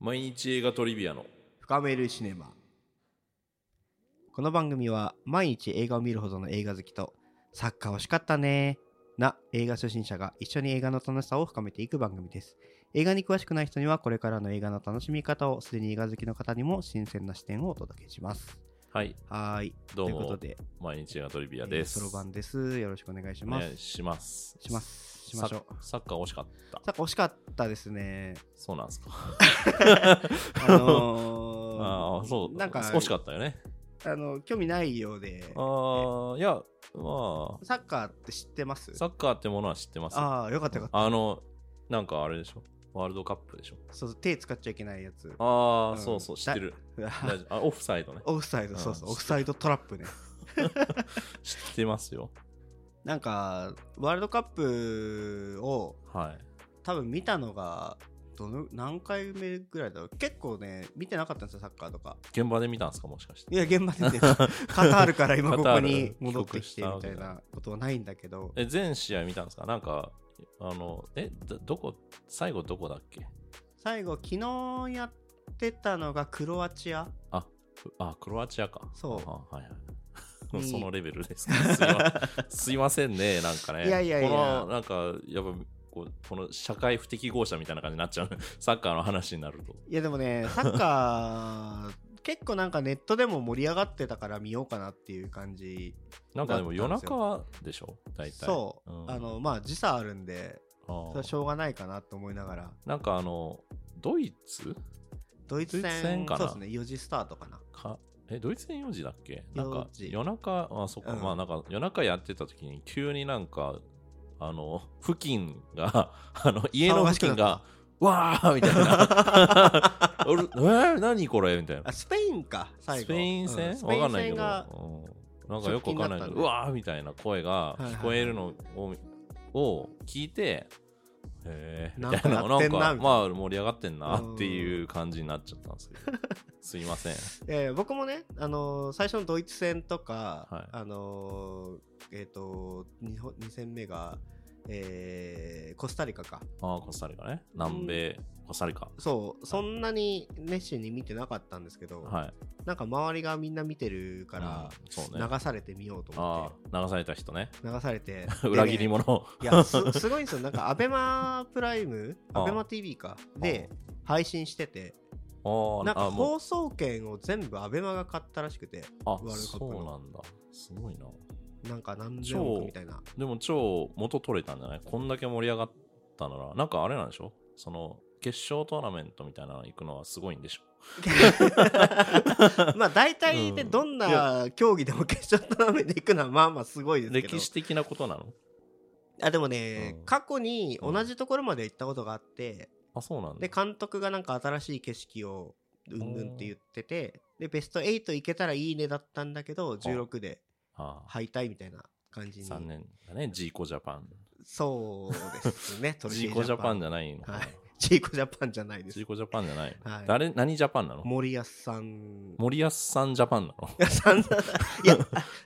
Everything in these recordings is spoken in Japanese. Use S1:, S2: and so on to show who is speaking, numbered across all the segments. S1: 毎日映画トリビアの
S2: 深めるシネマこの番組は毎日映画を見るほどの映画好きとサッカー惜しかったねな映画初心者が一緒に映画の楽しさを深めていく番組です映画に詳しくない人にはこれからの映画の楽しみ方をすでに映画好きの方にも新鮮な視点をお届けします
S1: はい
S2: はーい
S1: どう
S2: ということ
S1: も
S2: で
S1: 毎日映画トリビア
S2: え
S1: で
S2: ー
S1: す、
S2: そろばんですよろしくお願いし
S1: お
S2: ま
S1: 願い
S2: す
S1: します
S2: しますしましょう
S1: サッサッカー惜しかった
S2: サッカー惜しかったです ね
S1: そうなんですか
S2: あのー、
S1: ああそう
S2: なんか
S1: 惜しかったよね
S2: あの興味ないようで
S1: ああいやま
S2: サッカーって知ってます
S1: あサッカーってものは知ってますあ
S2: ああよかったよかった
S1: のなんかあれでしょワールドカップでしょ
S2: そう手使っちゃいけないやつ
S1: ああ、
S2: うん
S1: そうそう知ってる
S2: だ
S1: 大丈夫あオフサイドね
S2: オフサイド
S1: うん
S2: そうそ
S1: 知ってる
S2: うオフサイドトラップね
S1: 知ってますよ
S2: なんかワールドカップを
S1: はい
S2: 多分見たのがどの何回目ぐらいだろう結構ね見てなかったんですよサッカーとか
S1: 現場で見たんですかもしかして
S2: いや現場 でねカタールから今
S1: カ
S2: こ
S1: ター
S2: こ
S1: ル
S2: に戻ってきて
S1: 帰
S2: み
S1: 国した
S2: いなことはないんだけど
S1: え全試合見たんですかなんかあのえどどこ最後どこだっけ
S2: 最後昨日やってたのがクロアチア
S1: ふあクロアチアか
S2: そう
S1: あ はいはい
S2: に
S1: そのレベル ですかすいますいませんねなんかね
S2: いやいやいや
S1: このなんかやっぱこうこの社会不適合者みたいな感じになっちゃう サッカーの話になると
S2: いやでもねサッ カー結構なんかネットでも盛り上がってたから見ようかなっていう感じ
S1: なんかでも
S2: だっ
S1: 夜
S2: たんですよ
S1: 中でしょ大体
S2: そう、
S1: ん
S2: あのまあ時差あるんで
S1: あー
S2: それはしょうがないかなと思いながら
S1: なんかあのドイツ
S2: ドイツ
S1: ドイツ
S2: 戦
S1: 戦かな
S2: そうですね4時スタートかな
S1: かえドイツ戦4時だっけなんか
S2: 4時
S1: 夜中あそっか、
S2: うん
S1: まあなんか夜中やってた時に急になんかあの付近が あの家の付近
S2: 騒がしくな
S1: が
S2: っ
S1: わーみたい な俺えー、何これみたいな
S2: あスペインか最後
S1: スペイン戦、
S2: うんスペ
S1: わ
S2: イ
S1: か
S2: ン
S1: んないけ
S2: 戦
S1: ど、
S2: が
S1: うんなんかよくわかんないけ
S2: 直近だったん
S1: ど
S2: で
S1: うわーみたいな声が
S2: はいはい
S1: 聞こえるのをを聞いてへえ
S2: なんかやってんなみたいな
S1: まあ盛り上がってんなっていう感じになっちゃったんですけ どすいません
S2: えー僕もね、あのー最初のドイツ戦とか、
S1: はい
S2: あのーえっ、と 2, 戦目が、えーコスタリカか
S1: ああ、コスタリカね。南米、コスタリカ。
S2: そうそんなに熱心に見てなかったんですけど、
S1: はい。
S2: なんか周りがみんな見てるから、
S1: うんそうね。
S2: 流されてみようと思っ
S1: あ
S2: て
S1: あ、流された人ね。
S2: 流されて
S1: 裏切り
S2: も
S1: 者。
S2: いやす すごいんですよなんかアベマプライム
S1: あー
S2: アベマ t v かで配信してて
S1: あー
S2: なん
S1: あも
S2: か
S1: う
S2: 放送権を全部アベマが買ったらしくて
S1: あ
S2: ルドカップの
S1: そうなんだ。すごいな。
S2: なんか何千億
S1: 超
S2: みたいな
S1: でも超元取れたんじゃないこんだけ盛り上がったなら、なんかあれなんでしょその、決勝トーナメントみたいなの行くのはすごいんでしょ
S2: まあ大体ね
S1: うん
S2: どんな競技でも決勝トーナメント行くのはまあまあすごいですけど
S1: 歴史的なことなの
S2: あでもね、
S1: うん
S2: 過去に同じところまで行ったことがあって、
S1: あ、そうなんだ
S2: で。監督がなんか新しい景色をうんぬんって言っててでベスト8行けたらいいねだったんだけど16で
S1: ああ
S2: 敗退みたいな感じに
S1: 3年だね。ジーコジャパン。
S2: そうで すねトル
S1: ジ
S2: ネ
S1: ー
S2: ー
S1: コジャパンじゃないのかな
S2: はいジーコジャパンじゃないです
S1: ジーコジャパンじゃない。
S2: はい
S1: 誰、何ジャパンなの
S2: 森保 さん
S1: 森保さんジャパンなの
S2: さんいや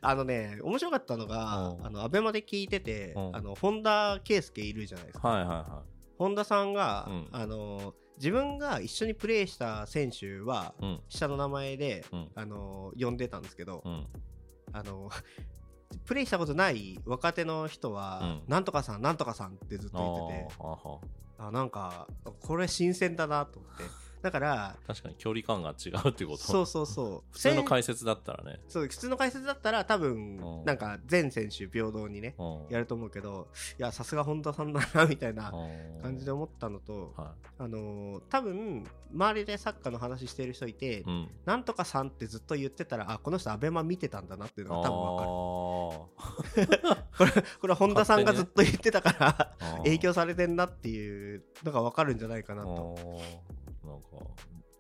S2: あのね面白かったのが
S1: うん
S2: あのアベマで聞いてて
S1: うん
S2: あの本田圭佑いるじゃないですか
S1: はいはいは
S2: 本田さんが
S1: うん。
S2: あの自分が一緒にプレーした選手はい
S1: うん。
S2: 下の名前で
S1: うん
S2: あの呼んでたんですけど
S1: うん。
S2: あのプレイしたことない若手の人は、
S1: うん
S2: なんとかさんなんとかさんってずっと言ってて
S1: あーあー
S2: あなんかこれ新鮮だなと思ってだから
S1: 確かに距離感が違うってこと
S2: そうそうそう
S1: 普通の
S2: せん
S1: 解説だったらね、
S2: そう普通の解説だったら多
S1: う
S2: 分
S1: ん
S2: なんか全選手平等にね
S1: うん
S2: やると思うけどいやさすが本田さんだなみたいな
S1: うん
S2: 感じで思ったのと
S1: は
S2: あのー多分周りでサッカーの話してる人い
S1: い、
S2: て、
S1: うん、
S2: なんとかさんってずっと言ってたらあこの人アベマ見てたんだなっていうのが多分わかるこれは本田さんがずっと言ってたから、
S1: あー
S2: 影響されてんなっていうのが分かるんじゃないかなと。
S1: うんなんか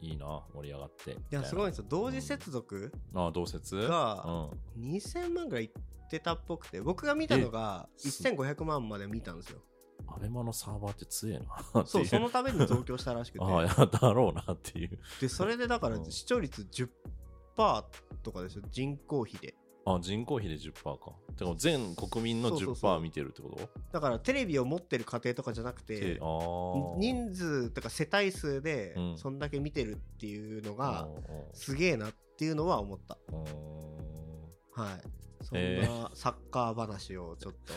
S1: いいな盛り上がってい
S2: いやすごいんですよ同時接続
S1: ああ同説
S2: が
S1: うん、
S2: 2000万ぐらいいってたっぽくて僕が見たのが
S1: え
S2: 1500万まで見たんですよ
S1: アベマのサーバーって強えなって
S2: そ
S1: いう
S2: うそのために増強したらし く
S1: ああ
S2: て
S1: やだろうなっていう
S2: でそれでだから
S1: うん
S2: 視聴率10%とかですよ人口比で
S1: あ、人口比で10%か。てか全国民の
S2: そうそうそう
S1: 10%見てるってこと
S2: だからテレビを持ってる家庭とかじゃなくて
S1: てあー
S2: 人数とか世帯数で
S1: うん
S2: そんだけ見てるっていうのが
S1: うん
S2: すげえなっていうのは思った
S1: うんうん
S2: はいそん
S1: えー
S2: なサッカー話をちょっと、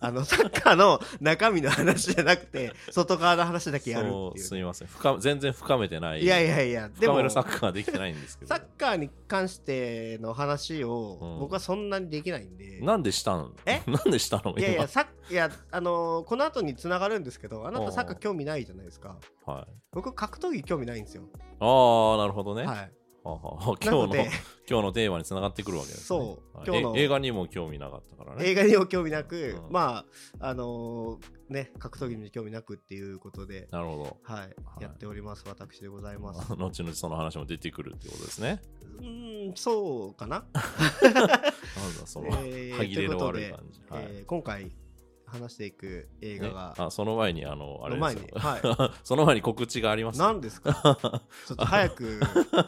S2: あのサッカーの中身の話じゃなくて外側の話だけやる
S1: そ
S2: って
S1: う
S2: いう
S1: すみません深全然深めてない
S2: いやいやいやで
S1: 深
S2: も
S1: めるサッカーはできてないんですけど
S2: サッカーに関しての話
S1: う
S2: を
S1: ん
S2: 僕はそんなにできないんで、
S1: なんでしたの
S2: え
S1: なんでしたの
S2: いやいや
S1: 今
S2: サッいやあのーこの後に繋がるんですけどあなたサッカー興味ないじゃないですか
S1: はい
S2: 僕格闘技興味ないんですよ
S1: ああなるほどね、
S2: は
S1: はいあはあ
S2: な
S1: 今日の
S2: ので
S1: 今日のテーマにつながってくるわけです、ね、
S2: そう
S1: はい
S2: 今日の
S1: え映画にも興味なかったからね
S2: 映画にも興味なく、
S1: うん
S2: まああのーね格闘技にも興味なくっていうことで
S1: なるほ
S2: はい、
S1: い
S2: やっております私でござい
S1: ど
S2: ま す
S1: 後々その話も出てくるってことですね
S2: うーんそうかな、
S1: なんだその、
S2: えー
S1: 歯切れの
S2: と
S1: 悪
S2: い
S1: いう
S2: こ
S1: 感じ、
S2: とで
S1: はい
S2: えー今回話していく映画
S1: ね
S2: が、
S1: あその前にあのあれ
S2: の
S1: で
S2: 前
S1: すよ、
S2: には
S1: その前に告知がありま
S2: い、
S1: すよ
S2: 何で すかちょっと早く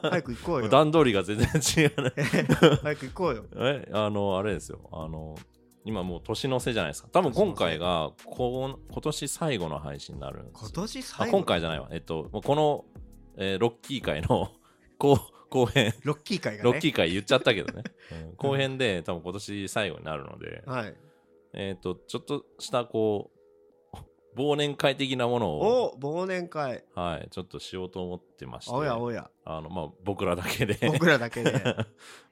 S2: 早く行こうよ
S1: 段取りが全然違うね
S2: 早く行こうよ
S1: えあのあれですよあの今もう年の瀬じゃないですか多分今回がこう今年最後の配信になるんですよ
S2: 今年
S1: あ
S2: 最後
S1: 今回じゃないわえっともうこの、えーロッキー会の 後後編
S2: ロッキー会がね
S1: ロッキー会言っちゃったけど ね、うん後編で多分今年最後になるので、
S2: はい
S1: えっとちょっとしたこう忘年会的なものを、
S2: お忘年会
S1: はい、ちょっとしようと思ってまして
S2: おやおや
S1: あの、まあ、僕らだけで
S2: 僕らだけで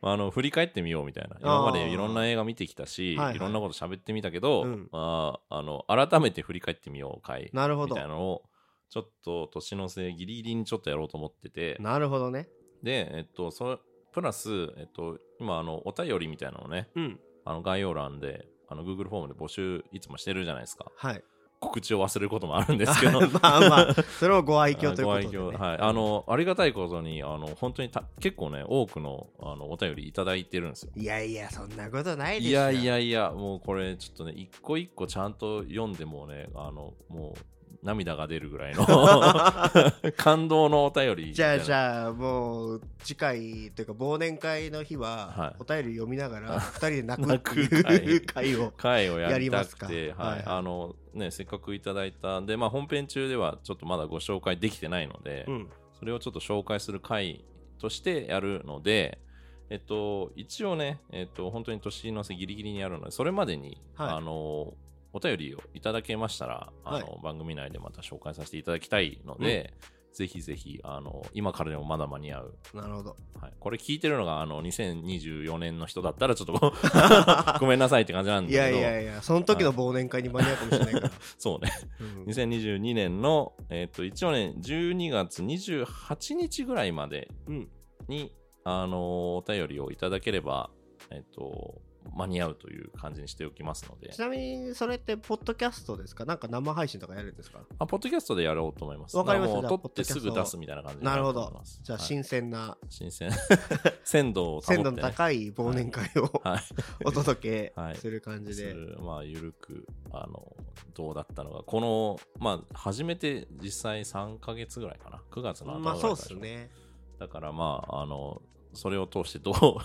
S1: まああの振り返ってみようみたいな
S2: ー
S1: 今までいろんな映画見てきたし、
S2: はい
S1: い
S2: はい
S1: ろんなこと喋ってみたけど、
S2: うん
S1: まあ、あの改めて振り返ってみよう会み
S2: なるほど
S1: たいなのをちょっと年の瀬ギリギリにちょっとやろうと思ってて
S2: なるほどね
S1: でえっとそれプラス、えっと、今あのお便りみたいなのをね
S2: うん
S1: あの概要欄であの Google フォームで募集いつもしてるじゃないですか
S2: はい
S1: 告知を忘れることもあるんです けど
S2: まあまあそれをご愛嬌ということで、ね、
S1: あご愛嬌はい、あのありがたいことにあの本当にた結構ね多くのあのお便りいただいてるんですよ
S2: いやいやそんなことないで
S1: い
S2: しょ
S1: やいやいやもうこれちょっとね一個一個ちゃんと読んでもうねあのもう涙が出るぐらい の感動のお便り
S2: じゃあじ
S1: ゃ
S2: ゃあもう次回というか忘年会の日
S1: は
S2: はいお便り読みな がら2人で泣くって
S1: 泣
S2: いう
S1: く
S2: 会を
S1: 会をやりたく
S2: や
S1: て、
S2: りますか
S1: はい
S2: はい
S1: あのね、せっかくいただいたんで、まあ、本編中ではちょっとまだご紹介できてないので、
S2: うん
S1: それをちょっと紹介する回としてやるので、えっと、一応ね、えっと、本当に年の瀬ギリギリにやるので、それまでに、
S2: はい
S1: あの、お便りをいただけましたら、あの、
S2: は
S1: 番組内でまた紹介させていただきたいので、ぜひぜひ、あの、今からでもまだ間に合う。
S2: なる ほど
S1: はい、これ聞いてるのが、あの、2024年の人だったら、ちょっとごごめんなさいって感じなん
S2: い
S1: だ
S2: や
S1: けど、
S2: いやいやその時の忘年会に間に合うかもしれないから、
S1: そうね。
S2: うん
S1: 2022年の、えっと、一応ね、12月28日ぐらいまで
S2: うん
S1: に、あのお便りをいただければ、えっと、間に合うという感じにしておきますので
S2: ち、なみにそれってポッドキャストですかなんか生配信とかやるんですか
S1: あポッドキャストでやろうと思います。
S2: わかりまし
S1: もう
S2: たじゃあ
S1: 撮
S2: ポッ
S1: っ
S2: ド
S1: て
S2: キャ
S1: す
S2: スト
S1: ぐ出すみたいな感じに
S2: なる
S1: る
S2: ほ
S1: と思い
S2: ど
S1: ます
S2: じゃあ
S1: はい
S2: 新鮮な
S1: 新鮮。 鮮度を保って、ね、
S2: 鮮度の高い忘年会を
S1: はい
S2: お届
S1: は
S2: け
S1: い
S2: する感じ
S1: す
S2: で
S1: るまあ、ゆるく、あの、どうだったのか。この、まあ、初めて実際3ヶ月ぐらいかな。9月の頭ぐ
S2: ま
S1: ら
S2: あ
S1: い
S2: そ
S1: か
S2: うっ
S1: ら
S2: すね
S1: だからまあ、あの、それを通してどう、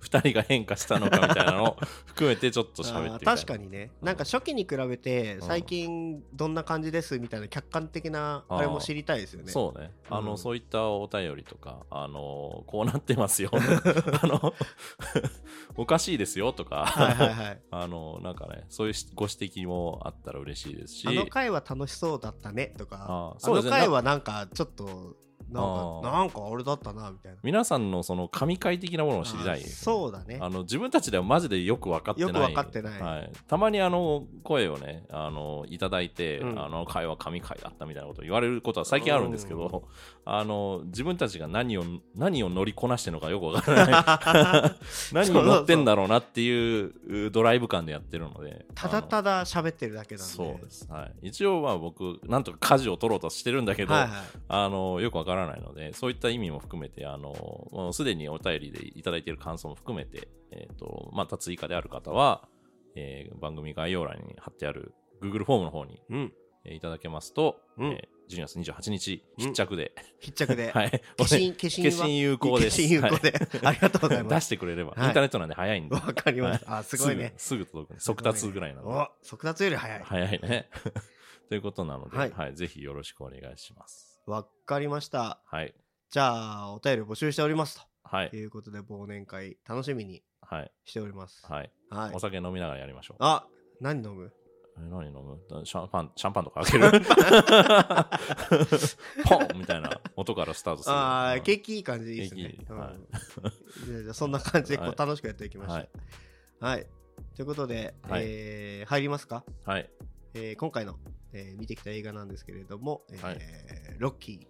S1: 二人が変化したのかみたいなのを含めてちょっと喋ってみたい
S2: あー確かにねなんか初期に比べて
S1: ん
S2: 最近どんな感じですみたいな客観的なあれも知りたいですよね
S1: そうね。あの、
S2: うん
S1: そういったお便りとか、あの、こうなってますよ。 あの、 おかしいですよとか、
S2: はいはいはい
S1: あの、なんかね、そういうしご指摘もあったら嬉しいですし、
S2: あの回は楽しそうだったねとか
S1: あー
S2: あ
S1: そう
S2: の
S1: ですね
S2: 回はなんかちょっとなん
S1: あー
S2: かなんかあれだったなみたいな
S1: 皆さんのその神回的なものを知りたい、
S2: あーそうだね
S1: あの自分たちではマジでよく分かってない
S2: よく分かってない
S1: はい、たまにあの声をねあのいただいて、
S2: うん
S1: あの会話神回だったみたいなことを言われることは最近あるんですけ
S2: うん
S1: ど、あの自分たちが何を何を乗りこなしてるのかよく分からない 何を乗ってんだろうなっていうドライブ感でやってるので
S2: ただ
S1: あ
S2: ただ喋ってるだけ
S1: の
S2: なんで
S1: そうです、はい、一応まあ僕なんとか舵を取ろうとしてるんだけど、
S2: はいはい
S1: あのよくわからないので、そういった意味も含めて、あのもうすでにお便りでいただいている感想も含めて、えーとまた追加である方は、えー番組概要欄に貼ってある Google フォームの方に、
S2: うん
S1: えーいただけますと、
S2: うん
S1: え12月28日
S2: うん
S1: 必着で、
S2: 筆着で。
S1: はい
S2: 消 し消
S1: 消
S2: 印は
S1: 印有効です
S2: 消印有効
S1: はい
S2: で。 ありがとうございま
S1: 出
S2: す。
S1: してくれれば、
S2: はい
S1: インターネットなんで早いんで
S2: わかりました。あ、すごいね。
S1: すぐすぐ届くんで速達ぐらいなので
S2: お速達より早い。
S1: 早いね ということなので、
S2: は
S1: はいいぜひよろしくお願いします
S2: わかりました。
S1: はい
S2: じゃあ、お便り募集しております。
S1: はい
S2: ということで、忘年会、楽しみに
S1: はい
S2: しております。
S1: はい、
S2: はい
S1: お。酒飲みながらやりましょう
S2: あ、何飲む
S1: え何飲むシャンパンシャンパンとか開ける ポンみたいな音からスタートする
S2: あ
S1: う
S2: あ、
S1: ん
S2: 景気いい感じいいですね
S1: 景気いい。
S2: う
S1: はい
S2: ん じゃあじゃあそんな感じでこ
S1: は
S2: う
S1: い
S2: 楽しくやっていきましょ
S1: は
S2: う
S1: い。
S2: はい。ということで、
S1: はい
S2: えー入りますか
S1: はい
S2: えー今回のえー見てきた映画なんですけれども、えー
S1: はい
S2: ロッキ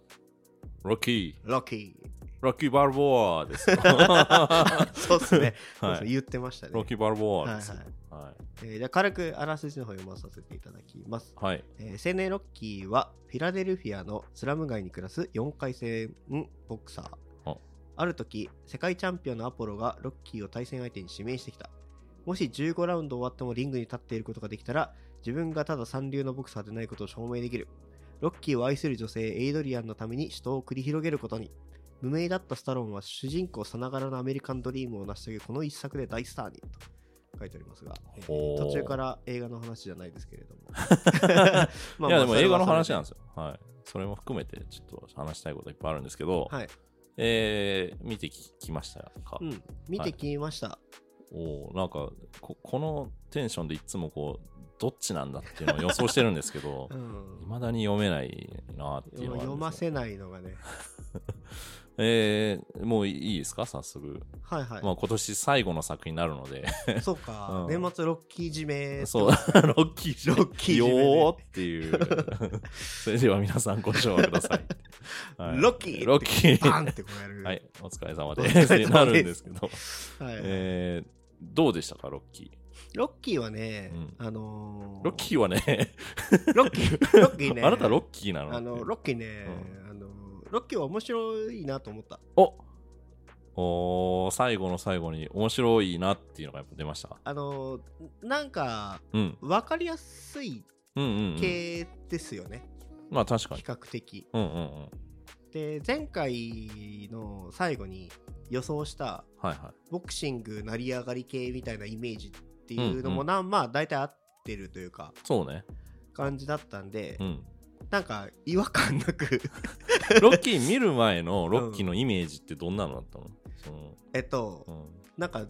S1: ロッキ
S2: ー、ロッキ
S1: ーロッキーバルボア ですよ
S2: ー。そうですね。そう っ
S1: は
S2: すね
S1: い
S2: 言ってましたね。
S1: ロッキーバルボアです
S2: はいはい
S1: は
S2: えーじゃあ軽くあらすじの方を読まさせていただきます。
S1: いはい
S2: えー青年ロッキーはフィラデルフィアのスラム街に暮らす4回戦ボクサー
S1: あ
S2: ある時世界チャンピオンのアポロがロッキーを対戦相手に指名してきたもし15ラウンド終わってもリングに立っていることができたら自分がただ三流のボクサーでないことを証明できるロッキーを愛する女性エイドリアンのために死闘を繰り広げることに無名だったスタローンは主人公さながらのアメリカンドリームを成し遂げこの一作で大スターにと書いておりますが、えー
S1: ほう
S2: 途中から映画の話じゃないですけれども まあまあ
S1: いやでも映画の話
S2: それ
S1: なん
S2: は
S1: ですよ。はい。それも含めてちょっと話したいこといっぱいあるんですけど、
S2: それではい、
S1: えー、見てききましたか、
S2: うん、見てきました、
S1: おーなんかこ、このテンションでいつもこう、どっちなんだっていうのを予想してるんですけ ど
S2: う、ん
S1: いまだに読めないなっていうのはある
S2: 読
S1: ん
S2: ま
S1: ですよ。
S2: せないのがね
S1: えー、もういいですか早速。
S2: はいはい、
S1: まあ今年最後の作品になるので、
S2: そうか、
S1: う
S2: 年
S1: ん
S2: 末ロッキー締め
S1: そう、ロッキー
S2: ロッキー締めね
S1: よーっていう。 それでは皆さんご賞ください。 はい
S2: ロッキー
S1: ロッキー
S2: バンってこうやる
S1: はい、お疲れ様
S2: お
S1: で
S2: 疲
S1: す。
S2: れ様です
S1: ってなるんですけど、
S2: はい
S1: えー、どうでしたか、ロッキ
S2: ロッキーはね、
S1: うん
S2: あの
S1: ー。
S2: ー、
S1: ロッキーはね、
S2: ロッキ ーロッキーね
S1: あなたロッキーなの
S2: あのロッキーね、あのロッキーは面白いなと思った
S1: おおー最後の最後に面白いなっていうのがやっぱ出ました。
S2: あのなんか
S1: うん。
S2: 分かりやすい
S1: うんうん、うん。
S2: 系ですよね、
S1: まあ確かに
S2: 比。較的
S1: うんうんうん。はい
S2: で前回の最後に予想した
S1: は
S2: ボクシング成り上がり系みたいなイメージっていうの
S1: うん
S2: も
S1: うん
S2: な、まあ大体合ってるというか
S1: い。そうね。
S2: 感じだったんで、
S1: うん。
S2: なんか違和感なく
S1: ロッキー見る前のロッキーのイメージってどんなのだったのその、
S2: えっと
S1: うん。
S2: なんか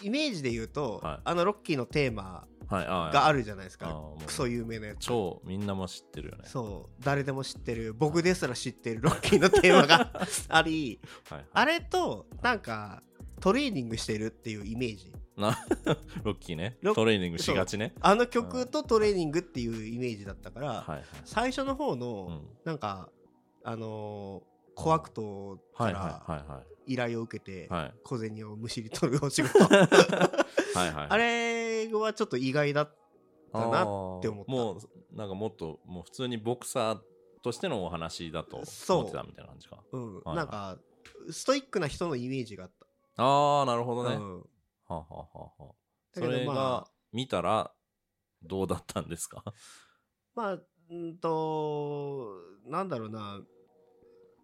S2: イイメージで言うと、
S1: はい
S2: あのロッキーのテーマ
S1: はい、あ
S2: があ
S1: る
S2: るじゃないですか、クソ有名なやつ
S1: 超みんなも知ってるよね。
S2: そう誰でも知ってる僕ですら知ってるロッキーのテー マがあり
S1: はいはい、
S2: あれとなんかトレーニングしてるっていうイメージ
S1: ロッキーね。
S2: ロッ
S1: トレーニングしがちね。
S2: あの曲とトレーニングっていうイメージだったから、
S1: はいはい。
S2: 最初の方
S1: う
S2: の
S1: ん。
S2: なんか、あのー、小悪党か
S1: はいはい
S2: ら
S1: はいはい。
S2: 依頼を受けて
S1: はい。
S2: 小銭をむしり取るお仕 事
S1: はいはい。
S2: あれはちょっと意外だったなって思った
S1: あーもう、なんかもっと、もう普通にボクサーとしてのお話だと
S2: そう
S1: 思ってたみたいな感じか。
S2: うん
S1: はい
S2: なんかストイックな人のイメージがあっ
S1: ああ、なるほど
S2: た、
S1: ね。
S2: う
S1: は
S2: ん、
S1: あはあはあはあ
S2: だ
S1: そ
S2: け
S1: れ
S2: どま
S1: が見たら、どうだったんですか
S2: あまあうんとなんだろうな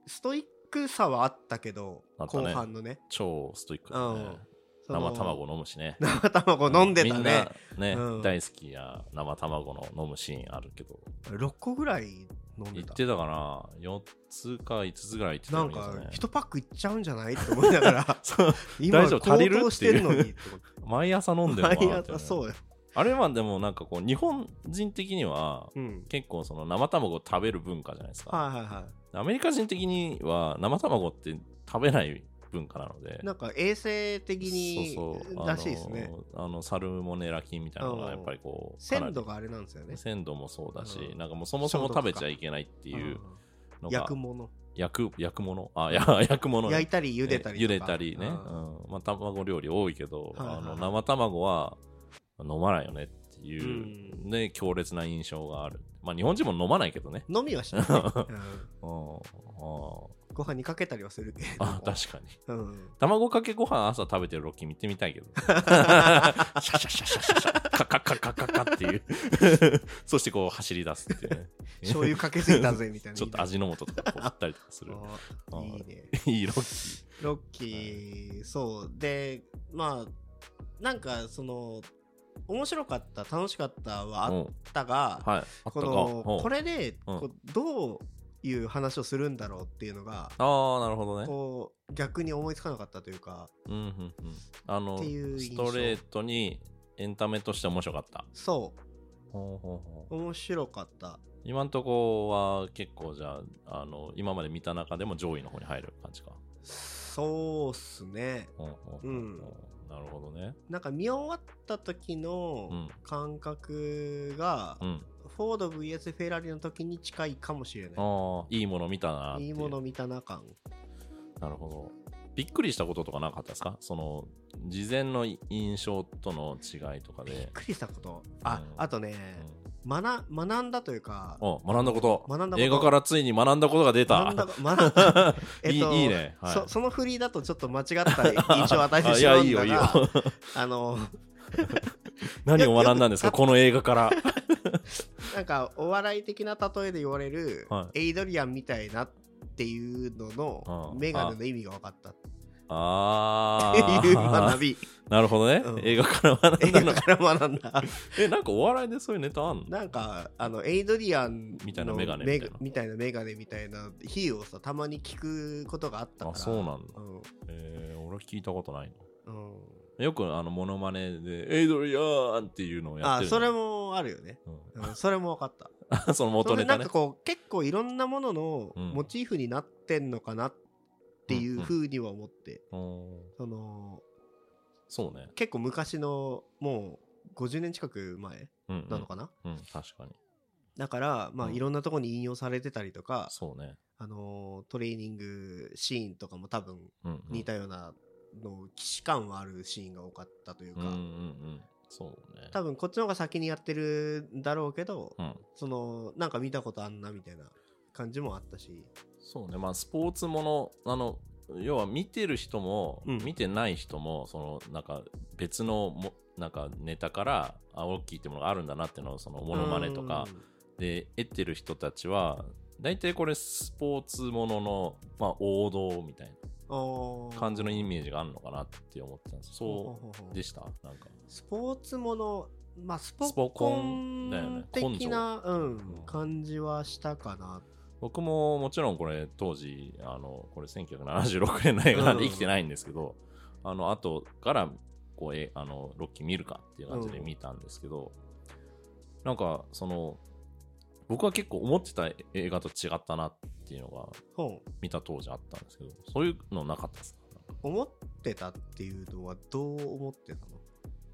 S2: ストイックさはあったけど
S1: あった
S2: 後
S1: ね
S2: 半のね
S1: 超ストイックだね。
S2: その
S1: 生卵飲むしね。
S2: 生卵飲んでた
S1: み
S2: ね
S1: なね、
S2: うん
S1: 大好きな生卵の飲むシーンあるけど。
S2: 6個ぐらい飲んで
S1: 言ったてたかな ?4 つか5つぐらい言ってた
S2: な
S1: よ
S2: ん
S1: ね
S2: か、
S1: 以前ね、
S2: 一パックいっちゃうんじゃないって思いながら
S1: そう
S2: 今、
S1: 大丈夫足りる
S2: 高騰してるのにってこ
S1: 毎朝飲ん
S2: と。
S1: でるのかなっていうね、
S2: 毎朝そうよ。
S1: あれはでもなんかこう、日本人的には、
S2: うん。
S1: 結構その生卵を食べる文化じゃないですか、
S2: はいはいは
S1: アメリカ人的には生卵って食べない文化なので
S2: い。なんか、衛生的に
S1: そうそう
S2: らしいですね。
S1: あのあのサルモネラ菌みたいなのがやっぱりこう
S2: 鮮度
S1: か
S2: があれなんですよ
S1: なり
S2: ね。
S1: 鮮度もそうだし、
S2: うん
S1: なんかもうそもそも食べちゃいけないっていう
S2: うん
S1: のが
S2: 焼くもの。
S1: 焼く焼くものあや焼くもの
S2: 焼いたり、茹でたりと
S1: 茹
S2: か。
S1: でたりね、うんまあ、卵料理多いけど、
S2: はいはいはい
S1: あの生卵は飲まないよねっていう、
S2: うん
S1: ね強烈な 印象があるまあ日本人も飲まないけどね
S2: うん飲みはしないね。うん
S1: うんあー
S2: ご飯にかけたりはするけれども
S1: あ確かに
S2: うん、
S1: 卵かけご飯朝食べてるロッキー見てみた いけどシャシャシャシャシャシャカカカカカカっていう そしてこう走り出すっていうね
S2: 醤油かけすぎたぜみたいな
S1: ちょっと味の素とかこう振ったりとかする
S2: あ
S1: あ
S2: いいね
S1: いいロッ
S2: ロッキーそうでまあなんかその面白かった楽しかったは
S1: キー
S2: あっ
S1: うん
S2: たが、
S1: はいあった
S2: こ
S1: か
S2: の
S1: うん
S2: これで
S1: うん
S2: こうどういう話をするんだろうっていうのが
S1: ああなるほどね
S2: こう逆に思いつかなかったというか
S1: うんうんうんあの
S2: っていう印
S1: ス
S2: 象
S1: トレートにエンタメとして面白かった
S2: そ
S1: ほうほうほう
S2: う面白かった
S1: 今んとこは結構じゃああの今まで見た中でも上位の方に入る感じか
S2: そうっすね
S1: ほうほうほうほう
S2: うん
S1: なるほどね
S2: なんか見終わった時
S1: う
S2: の
S1: ん
S2: 感覚が、
S1: うん
S2: フォード VS フェラーリの時に近いかもしれない
S1: ああいいもの見たなってい
S2: いういもの見たな感
S1: なるほどびっくりしたこととかなかったですかその事前の印象との違いとか
S2: びっ
S1: で、
S2: くりしたことあ、
S1: うん
S2: あとね、学学んだというか
S1: うん、お学んだこと
S2: 学んだこと
S1: 映画からついに学んだことが出た
S2: 学んだ学んだ
S1: いいいいねはい
S2: そそ の振りだとちょっと間違った印象を与え て
S1: あい
S2: しま
S1: や
S2: う
S1: いい
S2: んだ
S1: よいいよ
S2: があの
S1: 何を学んだんですかこの映画から
S2: なんかお笑い的な例えで言われる、
S1: は
S2: エイドリアンみたいなっていうのの
S1: うん
S2: メガネの意味が分かったっ
S1: あ
S2: ていう学
S1: あ
S2: び
S1: なるほどね、
S2: うん
S1: 映画から学
S2: 映
S1: んだ
S2: 画
S1: の
S2: から学んだ
S1: えなんかお笑いでそういうネタあんの
S2: なんかあのエイドリアンの
S1: みたいなメガネみ
S2: メ
S1: たいな
S2: みたいなメガネみたいな比喩をさたまに聞くことがあったから
S1: あそうなんだ
S2: うん
S1: えー、俺は聞いたことない
S2: うん
S1: のよくあのモノマネで「エイドリアーン!」っていうのをやっ
S2: あ
S1: てる
S2: それ
S1: も、
S2: もあるよね、
S1: うん
S2: うん、それも分かった
S1: あ その
S2: そ
S1: 元ネ
S2: れでな
S1: タ
S2: ん
S1: ね
S2: かこう結構いろんなものの
S1: うん
S2: モチーフになってんのかなっていうふうには思って、
S1: うん
S2: その
S1: そうね、
S2: 結構昔のもう50年近く前
S1: うんうん
S2: なのかな、
S1: うん、確かに
S2: だからまあ
S1: うん
S2: いろんなとこに引用されてたりとか、
S1: そうね、
S2: あのートレーニングシーンとかも多分
S1: うんうん、
S2: 似たようなの既視感はあるシーンが多かったというか、
S1: うんうんうんそうね
S2: 多分こっちの方が先にやってるんだろうけど、
S1: うん
S2: そのなんか見たことあんなみたいな感じもあったし
S1: そうねまあスポーツものあの要は見てる人も、
S2: うん
S1: 見てない人もそのなんか別のもなんかネタからあ大きいってものがあるんだなっていうのをそのモノマネとかで得てる人たちは大体これスポーツものの、まあ、王道みたいな感じのイメージがあるのかなって思ってたんですそ
S2: そう
S1: うでしたなんか
S2: スポーツもの、まあ、スポ
S1: スポコ
S2: コ
S1: ンだよね
S2: ン的な、うん
S1: うん、
S2: 感じはしたかな。
S1: 僕ももちろんこれ当時あのこれ1976年の映画なんで
S2: うん
S1: 生きてないんですけど、あの後からこうえあのロッキー見るかっていう感じで見たんですけど、なんかその僕は結構思ってた映画と違ったなっていうのが
S2: 本
S1: 見た当時あったんですけどそういうのなかったですか
S2: 思ってたっていうのはどう思ってた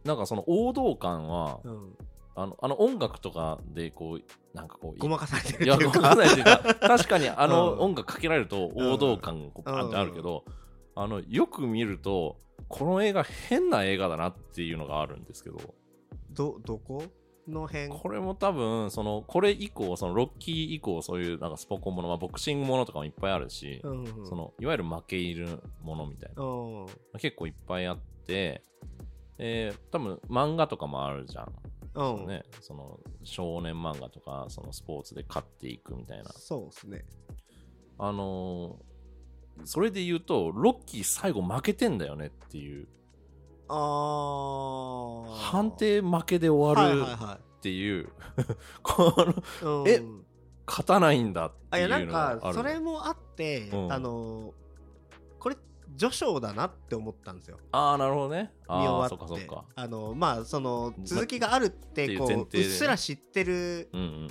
S1: なんかその王道感は、
S2: の、うん、
S1: あのあの音楽とかでこうなんかこう
S2: ごまかされてるって
S1: い
S2: い
S1: や、
S2: う
S1: ごめん
S2: か
S1: なさいっていうか、確かにあの
S2: うん
S1: 音楽かけられると王道感がこう
S2: うん
S1: バーンってあるけど、あの、よく見ると、この映画変な映画だなっていうのがあるんですけど、
S2: どどこの辺
S1: これも多分、その、これ以降、そのロッキー以降、そういうなんかスポコンもの、まあ、ボクシングものとかもいっぱいあるし、
S2: うん
S1: その、いわゆる負けるものみたいな、
S2: うん
S1: 結構いっぱいあって、えー、多分漫画とかもあるじゃん。
S2: うん
S1: ね、その少年漫画とかそのスポーツで勝っていくみたいな
S2: そうですね
S1: あのーそれで言うと、ロッキー最後負けてんだよねっていう、
S2: あー
S1: 判定負けで終わる
S2: はいはいは
S1: っていう、 この、
S2: いうん
S1: え勝たないんだって
S2: あい
S1: い
S2: や
S1: うのが
S2: な
S1: ある
S2: んかそれもあって、
S1: うん
S2: あのこれ序章だなって思ったんですよ
S1: ああ、なるほどね。
S2: 見
S1: ああ、
S2: 終
S1: そっ
S2: わ
S1: かそ
S2: っ
S1: ってか。
S2: あのまあその続きがあるってこ
S1: っていう前
S2: う
S1: 提
S2: う
S1: で
S2: っ
S1: ね
S2: すら知ってる
S1: うんうん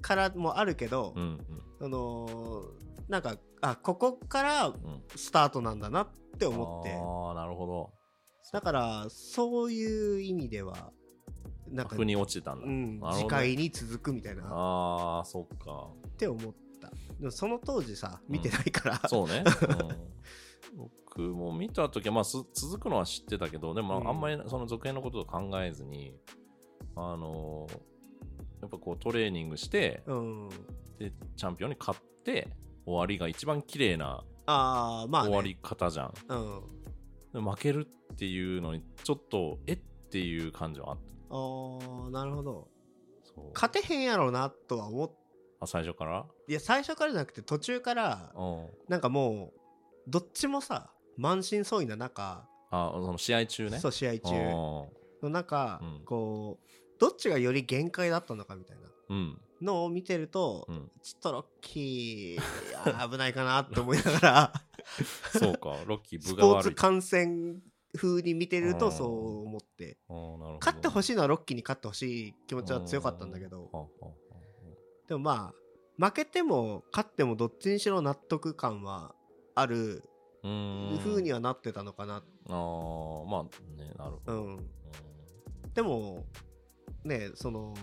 S2: からもあるけど、
S1: うん。うん
S2: そのなんかあここから
S1: うんうん。
S2: スタートなんだなって思って
S1: ああ、なるほど。
S2: だからそういう意味ではなんか、
S1: 腑に落ちてたんだ。
S2: うん
S1: なるほどね
S2: 次回に続くみたいなっ
S1: ああ、そっか。
S2: て思ったでもその当時さ見てないから、
S1: そうね。うん僕も見たときは、まあ、す続くのは知ってたけど、でも、
S2: うん
S1: あんまりその続編のことを考えずに、あのーやっぱこうトレーニングして、
S2: うん
S1: でチャンピオンに勝って終わりが一番綺麗な
S2: ああまあ、ね、
S1: 終わり方じゃん。
S2: うん
S1: で負けるっていうのに、ちょっと、えっていう感じはあっ
S2: あーなるほど
S1: た。そう
S2: 勝てへんやろうなとは思っ
S1: あ最初から
S2: いや最初からじゃなくて途中から
S1: うん。
S2: なんかもうどっちもさ満身創痍な中、
S1: あ、その試合中ね。
S2: そう試合中
S1: 中。
S2: の中、
S1: うん
S2: こうどっちがより限界だったのかみたいな
S1: うん。
S2: のを見てると、
S1: うん。
S2: ちょっとロッキーあー危ないかなって思いな がら
S1: そうか、ロッキー
S2: ス
S1: 部が
S2: ポー
S1: 悪
S2: ツ
S1: い。
S2: 観戦風に見てる
S1: う
S2: と
S1: ん
S2: そう思って勝
S1: 勝
S2: ってほ
S1: しい
S2: しいのはロッキーに勝ってほしい気持ちは強かったんだけどでもまあ負けても勝ってもどっちにしろ納得感はある
S1: うーん
S2: 風にはなってたのかな
S1: あーまあねなるほ
S2: う
S1: ど、
S2: ん、でもねその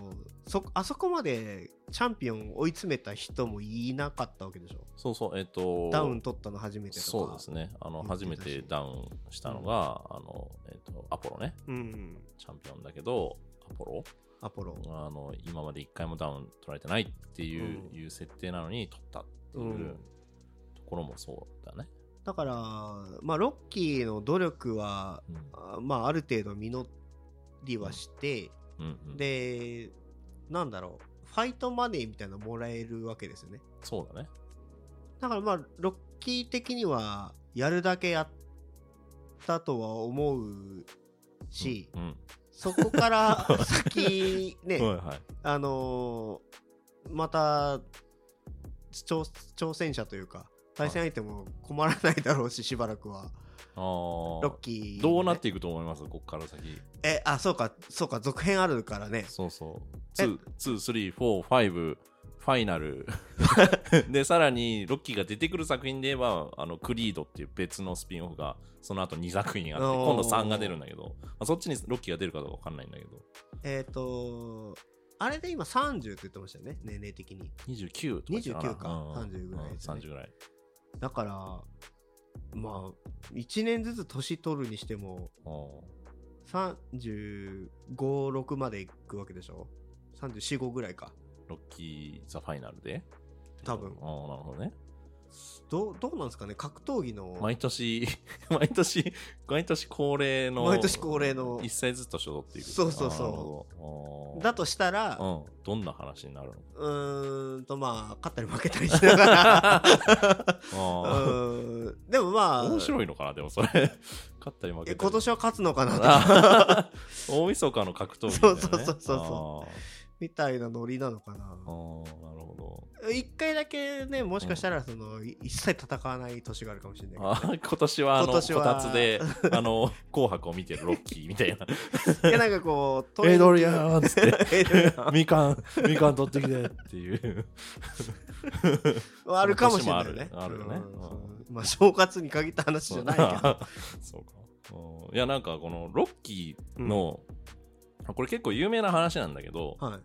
S2: そあそこまでチャンピオンを追い詰めた人もいなかったわけでしょ
S1: そうそうえっ、と
S2: ダウン取ったの初めてとか
S1: そうですねあの
S2: 言っ
S1: 初
S2: てたし
S1: めてダウンしたのが、あのえっ、とアポロね
S2: うん
S1: チャンピオンだけどアポロ
S2: アポロ
S1: あの今まで一回もダウン取られてないっていう,、
S2: うん
S1: いう設定なのに取ったっていう、
S2: うん
S1: ところもそうだね、
S2: だからまあロッキーの努力は
S1: うん
S2: あまあある程度実りはして、
S1: うんうん、
S2: でなんだろうファイトマネーみたいなのもらえるわけですよね
S1: そうだね
S2: だからまあロッキー的にはやるだけやったとは思うし、
S1: うんうん
S2: そこから 先ね、
S1: はいはい
S2: あのーまた挑挑戦者というか対戦相手も困らないだろうししばらくは
S1: あ
S2: ロ
S1: ー
S2: ッキーね、
S1: どうなっていくと思いますこっから先
S2: えあそうかそうか続編あるからね
S1: そうそう。
S2: え
S1: 2、2、3、4、5、ファイナ ル。で、さらに、ロッキーが出てくる作品で言えば、あの、クリードっていう別のスピンオフが、その後2作品あって、
S2: おー
S1: 今度3が出るんだけど、まあ、そっちにロッキーが出るかどうかわかんないんだけど、
S2: えっ、とあれで今30って言ってましたよね年齢的に
S1: 29とか言ってたな
S2: 29か30ぐらいですね
S1: 30ぐらい。
S2: だからまあ1年ずつ年取るにしても
S1: お
S2: 356までいくわけでしょ345ぐらいか
S1: ーロッキー・ザ・ファイナルで。
S2: 多分
S1: あーなるほどね。
S2: どうどうなんですかね格闘技の
S1: 毎年、 毎年、毎年恒例の、
S2: 毎年恒例の
S1: 1歳ずつ年を取っていく。
S2: そうそうそう
S1: あーなるほど
S2: だとしたら
S1: あーうん。どんな話になるの か
S2: うーんとまあ勝ったり負けたりしな がら う
S1: あ
S2: ーんでもま
S1: あ
S2: あ
S1: 面白いのかなでもそれ 勝ったり負けた
S2: え
S1: り
S2: 今年は勝つのかなとか
S1: あー 大晦日の格闘技
S2: そうそうそうそうそみたいなノリなのかな
S1: あーなるほ
S2: 一回だけねもしかしたらその、い一切戦わない年があるかもしれないけ
S1: どあー今年はあの
S2: 今年は
S1: こたつであの紅白を見てるロッキーみたいな「
S2: どいやなんかこ う
S1: エイド
S2: ト
S1: リ
S2: レ
S1: ア
S2: ーニング
S1: ン!」っつっ て
S2: エイドリアン
S1: 「みかんみかん取ってきて」っていう
S2: はあるかもしれないよね
S1: その年もあるあるよね
S2: うん
S1: うん
S2: そうまあ正月に限った話じゃないけど
S1: そうかうんいやなんかこのロッキーの、これ結構有名な話なんだけど、
S2: はい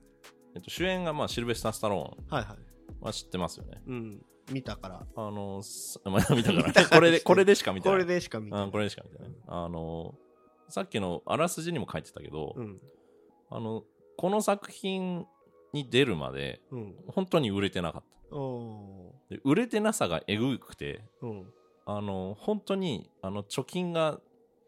S1: えっと、主演がまあシルベスター・スタロー
S2: はいはい
S1: ンは知ってますよね
S2: うん見たから
S1: あの、さ まあ見たから
S2: 見たから
S1: これ
S2: で
S1: で、
S2: すね
S1: これでしか見てない。
S2: これでしか見てな
S1: うん、
S2: い
S1: これでしか見てない。あの、さっきのあらすじにも書いてたけど、
S2: うん
S1: あの、この作品に出るまで、
S2: うん
S1: 本当に売れてなかっ
S2: お
S1: た。で売れてなさがえぐくて、
S2: ーうん
S1: あの、本当に、あの、貯金が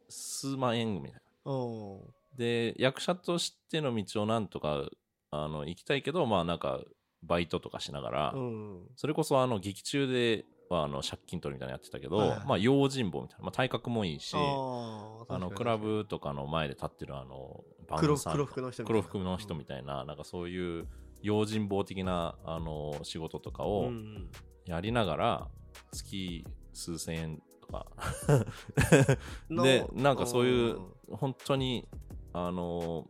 S1: 数万円みたいな。
S2: お
S1: で、役者としての道をなんとか、あの、行きたいけど、まあなんか、バイトとかしながら、
S2: ーうん
S1: それこそあの劇中ではあの借金取りみたいなのやってたけど、
S2: はいはい
S1: まあ用心棒みたいな、まあ、体格もいいしあ
S2: あー
S1: の
S2: 確かに
S1: クラブとかの前で立ってるあのバウ
S2: 黒
S1: ンサー
S2: 黒服の人みたい
S1: 黒
S2: な
S1: 服の人みたいな,、なんかそういう用心棒的なあの仕事とか
S2: うんう
S1: を
S2: ん
S1: やりながら、月数千円とか
S2: の
S1: でなんかそういう
S2: うん
S1: 本当にあの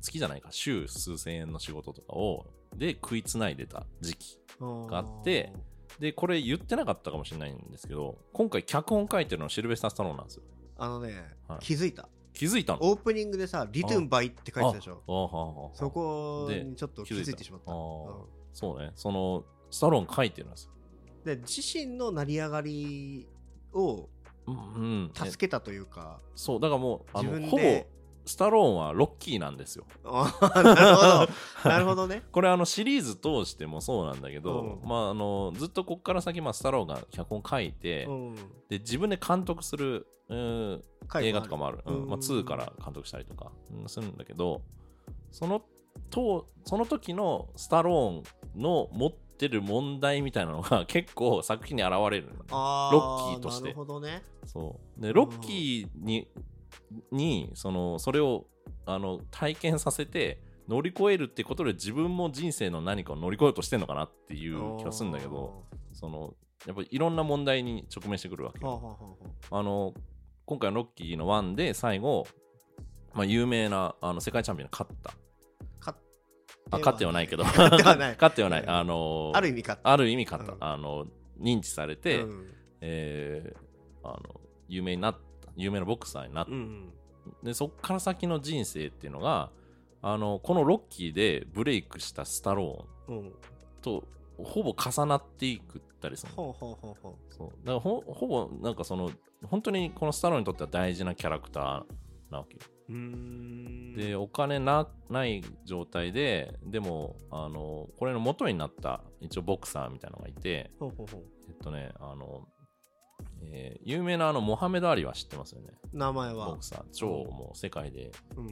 S1: 月じゃないか週数千円の仕事とかをで食いつないでた時期があってでこれ言ってなかったかもしれないんですけど今回脚本書いてるのはシルベスター・スタローンなんですよ
S2: あのね、
S1: はい
S2: 気づいた
S1: 気づいたの
S2: オープニングでさ「リトゥーンバイ」って書いてたでしょ
S1: あはあはあ
S2: そこに
S1: で
S2: ちょっと気づいてしまった
S1: あ
S2: うん
S1: そうねそのスタローン書いてるんですよ
S2: で自身の成り上がりを
S1: うん、うん、
S2: 助けたというか
S1: そうだからもうあ
S2: 自
S1: の
S2: 分
S1: ほぼ
S2: で
S1: スタローンはロッキーなんですよ。
S2: あーなるほ ど。なるほどね。
S1: これあのシリーズ通してもそうなんだけど、
S2: うん
S1: まあ、あのずっとこっから先、まあ、スタローンが脚本書いて、
S2: うん。
S1: で自分で監督する、うん
S2: 回
S1: 映画とかもある、うん
S2: うん
S1: まあ、2から監督したりとか、うんするんだけどそのとその時のスタローンの持ってる問題みたいなのが結構作品に現れるの
S2: あ
S1: ロッキーとして
S2: なるほどね。
S1: そうでロッキーに,、にそのそれをあの体験させて乗り越えるってことで自分も人生の何かを乗り越えようとしてんのかなっていう気がするんだけどそのやっぱりいろんな問題に直面してくるわけ
S2: あー。
S1: よ
S2: はあはあはあ
S1: あの今回のロッキーの1で最後、まあ、有名なあの世界チャンピオンに勝った
S2: 勝
S1: あ勝ってはないけど
S2: 勝 ってはない
S1: 勝ってはない
S2: うん
S1: あの
S2: ある意味勝っ
S1: ある意味勝った、
S2: うん
S1: あの認知され
S2: て。
S1: て、
S2: うん
S1: えーあの有名になった有名なボクサーになった、
S2: うん。
S1: でそっから先の人生っていうのがあのこのロッキーでブレイクしたスタロ
S2: うん。
S1: ーンとほぼ重なっていくったりするの
S2: ほうほうほうほ
S1: そうだからほほぼなんかその本当にこのスタローンにとっては大事なキャラクターなわけよ
S2: う。うーん。
S1: でお金なない状態ででもあのこれの元になった一応ボクサーみたいなのがいて
S2: ほうほうほ
S1: えっとねあの、えー有名なあのモハメド・アリは知ってますよね
S2: う。名前
S1: ボ
S2: は
S1: ク。サー超もう世界で
S2: うん。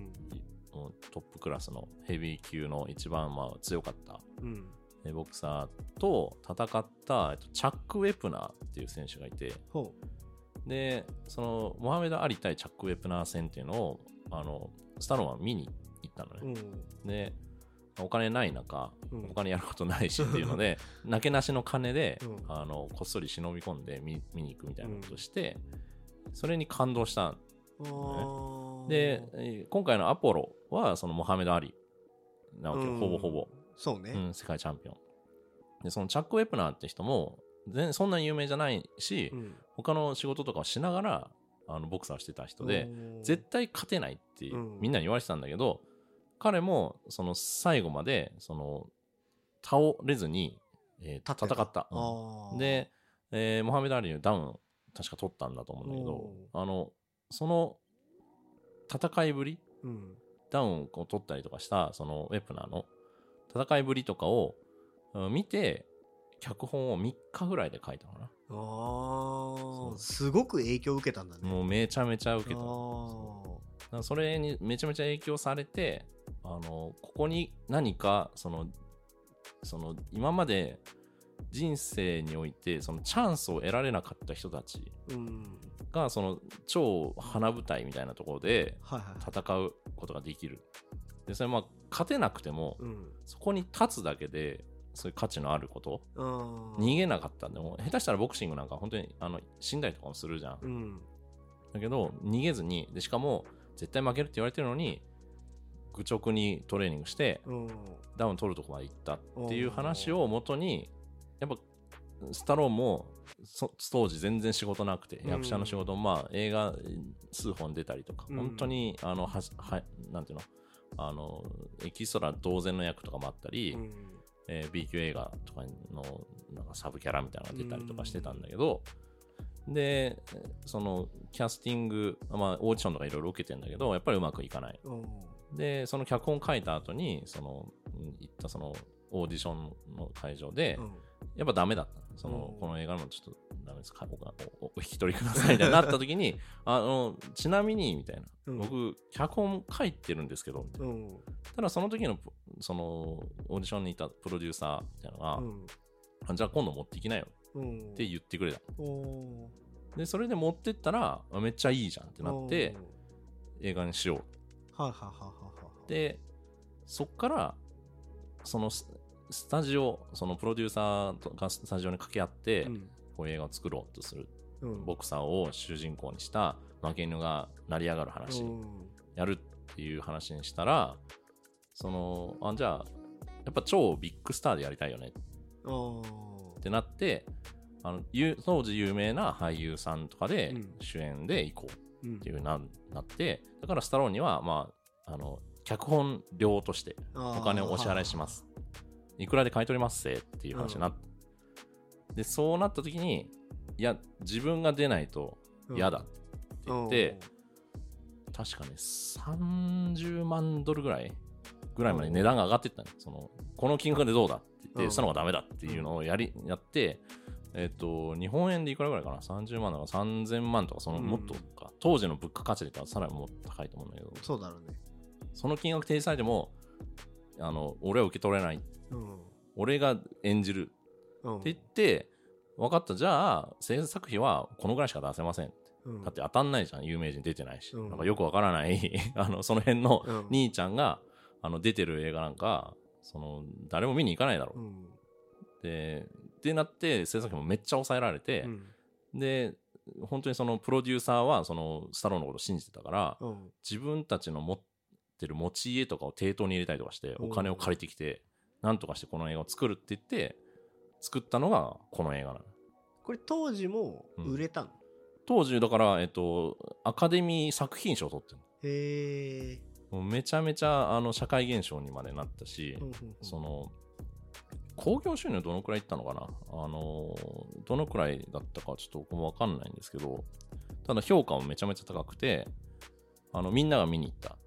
S1: もうトップクラスのヘビー級の一番まあ強かった
S2: うん。
S1: えーボクサーと戦ったえっとチャック・ウェプナーっていう選手がいて
S2: ほ
S1: でそのモハメド・アリ対チャック・ウェプナー戦っていうのをあのスタローンは見に行ったのね
S2: う。う、ん。
S1: でお金ない中
S2: うん
S1: 他にやることないしっていうので、なけなしの金で、
S2: うん
S1: あのこっそり忍び込んで見見に行くみたいなことをして、それに感動した
S2: あー
S1: で、えー今回のアポロはそのモハメド・アリなわけよ、
S2: うん
S1: ほぼほぼ、
S2: そう
S1: う
S2: ね。
S1: ん、世界チャンピオンでそのチャック・ウェプナーって人も全そんなに有名じゃないし、
S2: うん
S1: 他の仕事とかをしながらあのボクサーをしてた人で、、
S2: うん
S1: 絶対勝てないって
S2: うん
S1: みんなに言われてたんだけど、彼もその最後までその倒れずに、えー
S2: 立ってた
S1: 戦った、うん
S2: あー、
S1: で、えーモハメド・アリのダウンを確か取ったんだと思うんだけどあのその戦いぶり
S2: うん、
S1: ダウンをこう取ったりとかしたそのウェプナーの戦いぶりとかをうん見て脚本を3日ぐらいで書いたのかな
S2: あ
S1: う
S2: あすごく影響を受けたんだね
S1: もうめちゃめちゃ受けただ
S2: あ
S1: からそれにめちゃめちゃ影響されてあのここに何かそのその今まで人生においてそのチャンスを得られなかった人たち
S2: ーうん
S1: がその超花舞台みたいなところで
S2: はいはいはい
S1: 戦うことができるでそれまあ勝てなくても
S2: うん
S1: そこに立つだけでそういう価値のあること
S2: あー
S1: 逃げなかったんでもう下手したらボクシングなんか本当にあの死んだりとかもするじゃん
S2: うん
S1: だけど逃げずにでしかも絶対負けるって言われてるのに愚直にトレーニングして
S2: うん
S1: ダウン取るとこまで行ったっていう話を元にやっぱスタローンもそ当時全然仕事なくて
S2: うん
S1: 役者の仕事もまあ映画数本出たりとか
S2: うん
S1: 本当にあのははなんていうのあのエキストラ同然の役とかもあったり、
S2: うん
S1: えー B 級映画とかのなんかサブキャラみたいなのが出たりとかしてたんだけど、でえーそのキャスティング、まあ、オーディションとかいろいろ受けてんだけどやっぱりうまくいかない
S2: うん
S1: でその脚本書いた後にそのうん行ったそのオーディションの会場で、
S2: うん
S1: やっぱダメだったその、
S2: うん
S1: この映画もちょっとダメですかおおおお引き取りくださいみたいになった時にあのちなみにみたいな、
S2: うん
S1: 僕脚本書いてるんですけどみたいな
S2: うん
S1: ただその時のプそのオーディションにいたプロデューサーみたいなのが、
S2: うん
S1: あじゃあ今度持ってきなよ
S2: うん
S1: って言ってくれた。
S2: おー
S1: で、それで持ってったら、あめっちゃいいじゃんってなって
S2: うん、
S1: 映画にしよう
S2: はいはいはいはいはい
S1: で、そっから、そのススタジオ、そのプロデューサーとがスタジオに掛け合って、
S2: うん
S1: こういう映画を作ろうとする、
S2: うん
S1: ボクサーを主人公にした負け犬が成り上がる話、
S2: うん
S1: やるっていう話にしたら、その、あ、じゃあ、やっぱ超ビッグスターでやりたいよね
S2: あー
S1: ってなってあのゆ当時有名な俳優さんとかで
S2: うん
S1: 主演で行こうっ
S2: うん
S1: ていうな,、なってだからスタローンには、まあ、あの脚本料として
S2: あー
S1: お金をお支払いしますいくらで買い取りますせっていう話になって、でそうなった時にいや自分が出ないと
S2: うん
S1: 嫌だって言って、確かね、30万ドルぐらいぐらいまで値段が上がっていったのそのこの金額でどうだって言っ
S2: うん
S1: て、その方がダメだっていうのをやりやって、えっと、日本円でいくらぐらいかな ?30 万とか3000万とか、その
S2: うん
S1: もっとか、当時の物価価値で言ったらさらにもっと高いと思うんだけど、
S2: そうだろうね。
S1: その金額提示されても、あの俺は受け取れない、
S2: う
S1: 俺が演じる
S2: ん。うん。
S1: って言って、分かった、じゃあ制作費はこのぐらいしか出せません。
S2: うん、
S1: だって当たんないじゃん、有名人出てないし。
S2: うん
S1: なんかよくわからない、 あの、その辺の
S2: うん、
S1: 兄ちゃんが、あの、出てる映画なんか、その、誰も見に行かないだろ
S2: う
S1: う。
S2: ん。
S1: で、ってなって、制作費もめっちゃ抑えられて
S2: う、ん。
S1: で、本当にそのプロデューサーは、その、スタローのことを信じてたから、
S2: うん。
S1: 自分たちの持ってる持ち家とかを抵当に入れたりとかして、
S2: う
S1: お
S2: ん
S1: 金を借りてきて、なんとかしてこの映画を作るって言って、作ったのがこの映画なの。
S2: これ当時も売れたの、
S1: 当時、だから、えっと、アカデミー作品賞を取ってる
S2: へえ。
S1: もうめちゃめちゃあの社会現象にまでなったし、
S2: うんうんうん
S1: その興行収入どのくらいいったのかなあのどのくらいだったかちょっと僕もわかんないんですけどただ評価もめちゃめちゃ高くてあのみんなが見に行った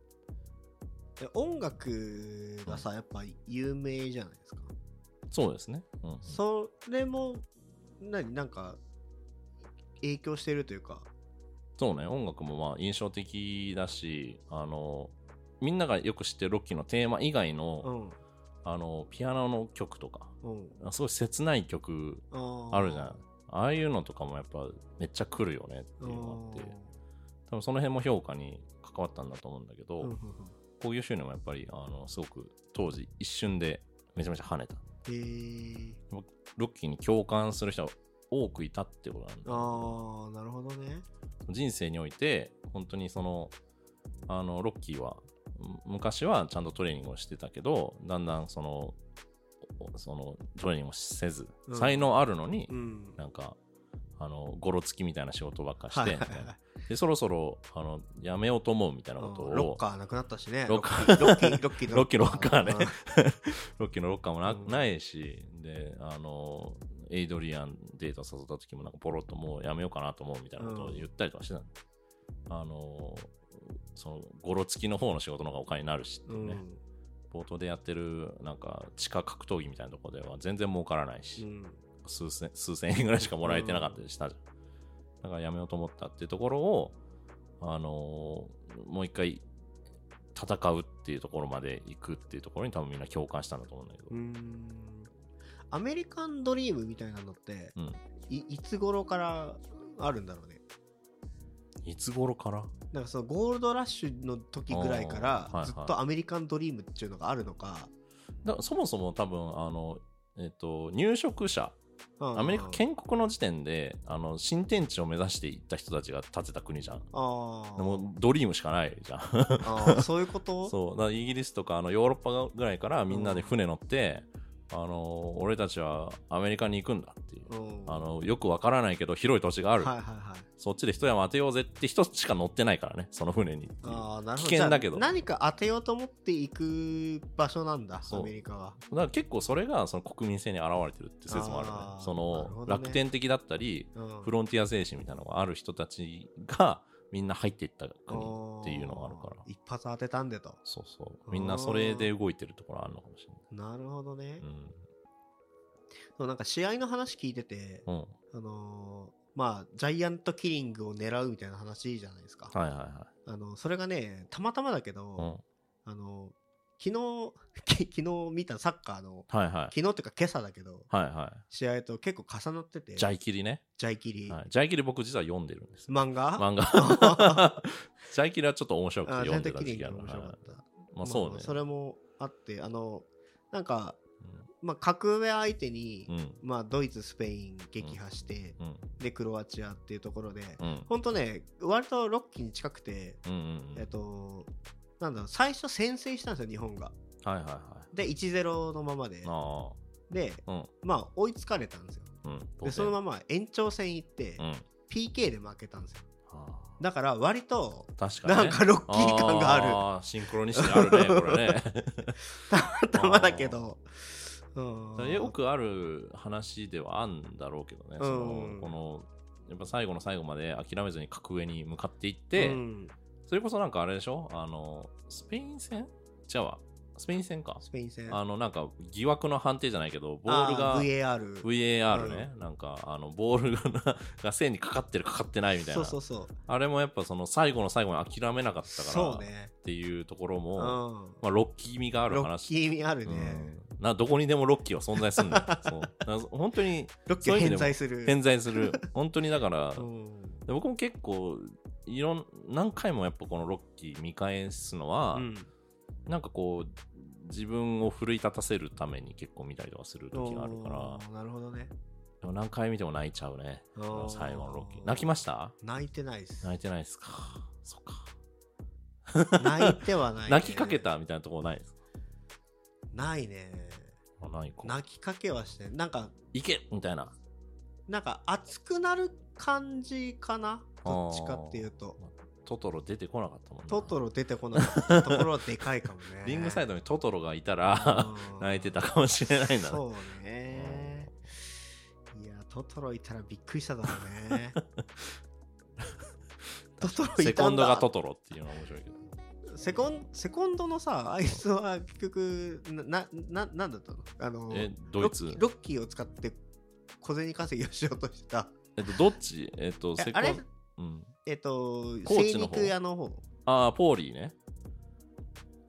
S2: え音楽がさ、やっぱ有名じゃないですか。
S1: そうですね、うん、
S2: それも、何、なんか、影響してるというか。
S1: そうね音楽もまあ印象的だしあのみんながよく知ってるロッキーのテーマ以外
S2: う
S1: の,、
S2: ん。
S1: あのピアノの曲とか
S2: うん。
S1: すごい切ない曲
S2: あー
S1: あるじゃん。ああいうのとかもやっぱめっちゃ来るよねっていうのがあって多分その辺も評価に関わったんだと思うんだけ
S2: あーうんう
S1: ど
S2: んうん
S1: 興行収入もやっぱりあのすごく当時一瞬でめちゃめちゃ跳ねた
S2: へえ。
S1: ロッキーに共感する人が多くいたってことなんだ
S2: ああ、なるほどね。
S1: 人生において本当にそのあのロッキーはむ昔はちゃんとトレーニングをしてたけどだんだんそのおそのトレーニングをせず、
S2: うん
S1: 才能あるのに、
S2: うん。
S1: なんかあのゴロつきみたいな仕事ばっかしてみたい
S2: はいはいは
S1: なでそろそろあのやめようと思うみたいなことを
S2: うんロッカーなくなったしね。
S1: ロッカー
S2: ロッキー、 ロッキー、
S1: ロッキーロッカーね
S2: うん。
S1: ロッキーのロッカーもな,、
S2: うん
S1: いし、で、あの、エイドリアンデート誘った時もなんかポロッともうやめようかなと思うみたいなことを言ったりとかしてたの、あの、その、ゴロつきの方の仕事の方がお金になるしっていうね、冒頭でやってるなんか地下格闘技みたいなとこでは全然儲からないし、
S2: うん。
S1: 数千数千円ぐらいしかもらえてなかったりしたじゃん。だからやめようと思ったっていうところを、あのーもう一回戦うっていうところまで行くっていうところに多分みんな共感したんだと思うんだけど
S2: う。ん。アメリカンドリームみたいなのって、
S1: うん。
S2: いいつ頃からあるんだろうね。
S1: いつ頃から
S2: なんかそのゴールドラッシュの時ぐらい
S1: あーは
S2: か
S1: いは
S2: ら
S1: い
S2: ずっとアメリカンドリームっていうのがあるのか、
S1: だそもそも多分、あの、えっと、入植者、
S2: うん
S1: アメリカ建国の時点で、あの、新天地を目指していった人たちが建てた国じゃん。
S2: あー
S1: もうドリームしかないじゃん。
S2: あーそういうこと
S1: そうだからイギリスとかあのヨーロッパぐらいからみんなで船乗って、あの俺たちはアメリカに行くんだっていう、
S2: うん
S1: あのよくわからないけど広い土地がある、
S2: はいはいはい
S1: そっちで一山当てようぜって人しか乗ってないからねその船にっていう
S2: あーなるほど
S1: 危険だけど
S2: じゃあ何か当てようと思っていく場所なんだ
S1: そ
S2: ア
S1: う
S2: メリカは
S1: だから結構それがその国民性に表れてるって説もあるね
S2: あー
S1: そ
S2: なるほ
S1: の
S2: どね
S1: 楽天的だったりフロンティア精神みたいなのがある人たちがみんな入っていった国っていうのがあるから
S2: ー一発当てたんでと
S1: そうそうみんなそれで動いてるところあるのかもしれ
S2: なるほどね、
S1: ない
S2: そうなんか試合の話聞いてて、
S1: うん、うん、
S2: あのーまあジャイアントキリングを狙うみたいな話じゃないですか、
S1: はいはいは
S2: あのそれがねたまたまだけど、
S1: い、うん、
S2: あの、昨日、き 昨日見たサッカーの、
S1: はいはい
S2: 昨日っていうか今朝だけど、
S1: はいは
S2: 試合と結構重なってて、
S1: い。ジャイキリね。
S2: ジャイキリ、
S1: はい、ジャイキリ僕実は読んでるんですよ。
S2: 漫画
S1: 漫 画。ジャイキリはちょっと面白くて
S2: あジ
S1: 読
S2: ャ
S1: ん
S2: イト
S1: でた
S2: キリ
S1: 時
S2: ン
S1: 期あ
S2: が
S1: る。
S2: 面
S1: はい
S2: 白かった。
S1: まあそうね。
S2: それもあって、あの、なんか、
S1: う
S2: まあ、格上相手に、
S1: ん。
S2: まあ、ドイツ、スペイン撃破して、
S1: うん。
S2: で、クロアチアっていうところで、
S1: うん。うん。
S2: ほんとね、割とロッキーに近くて、
S1: うんうん。
S2: えっと、なんだろう、最初先制したんですよ、日本が。
S1: はいはいはい。
S2: で、1-0のままで。
S1: あ
S2: で、
S1: あ。うん。
S2: まあ、追いつかれたんですよ。
S1: うん。当然
S2: でそのまま延長戦行って、
S1: うん。は
S2: PK で負けたんですよ
S1: あ
S2: だから割と
S1: 確かに、
S2: な
S1: ね。
S2: んかロッキー感がある
S1: あーシンクロニシティあるね、これね。
S2: たまたまだけどうん
S1: よくある話ではあるんだろうけどね。その
S2: うん
S1: このやっぱ最後の最後まで諦めずに格上に向かっていっ
S2: う
S1: て、
S2: ん
S1: それこそなんかあれでしょあの、スペイン戦違うわ。スペイン戦か。
S2: スペイン戦。
S1: あの、なんか疑惑の判定じゃないけど、ボールが
S2: あー VAR。
S1: VAR ね、なんかあのボールが が線にかかってるかかってないみたいな
S2: そうそうそう。
S1: あれもやっぱその最後の最後に諦めなかったから
S2: そうね。
S1: っていうところ
S2: うん。
S1: も、
S2: ロ
S1: まあ、ロッキー味がある
S2: ッ
S1: 話
S2: キー味あるね。
S1: うんなどこにでもロッキーは存在するんだ よそうだから本当に
S2: ロッキーは偏在する。
S1: 偏在する本当にだから、
S2: うん
S1: で僕も結構いろん何回もやっぱこのロッキー見返すのは、
S2: うん
S1: なんかこう自分を奮い立たせるために結構見たりとかする時があるから
S2: おーなるほどね。
S1: でも何回見ても泣いちゃうね
S2: お
S1: この
S2: ー
S1: 最後のロッキー泣きました
S2: 泣いてないです。
S1: 泣いてないですかそっか
S2: 泣いてはない、ね。
S1: 泣きかけたみたいなところないです
S2: ないね。
S1: かあないか
S2: 泣きかけはして、なんか、
S1: いけみたいな
S2: なんか熱くなる感じかなどっちかっていうと。
S1: トトロ出てこなかったもんな。
S2: トトロ出てこなかったところはでかいかもね
S1: リングサイドにトトロがいた ら
S2: うん
S1: 泣いてたかもしれないな
S2: そうね。いや、トトロいたらびっくりしただろ うね。トトロいたんだ
S1: セコンドがトトロっていうのは面白いけど
S2: セコンセコンドのさ、あいつは結局、な、な、ななんだったのあの、
S1: えドイツ
S2: ロッキーロッキーを使って小銭稼ぎをしようとした。
S1: えっとどっちえっと
S2: え
S1: セコ
S2: あれ
S1: ンうん
S2: えっと、
S1: コーチ
S2: 精
S1: の方
S2: 肉屋の方。
S1: ああポーリーね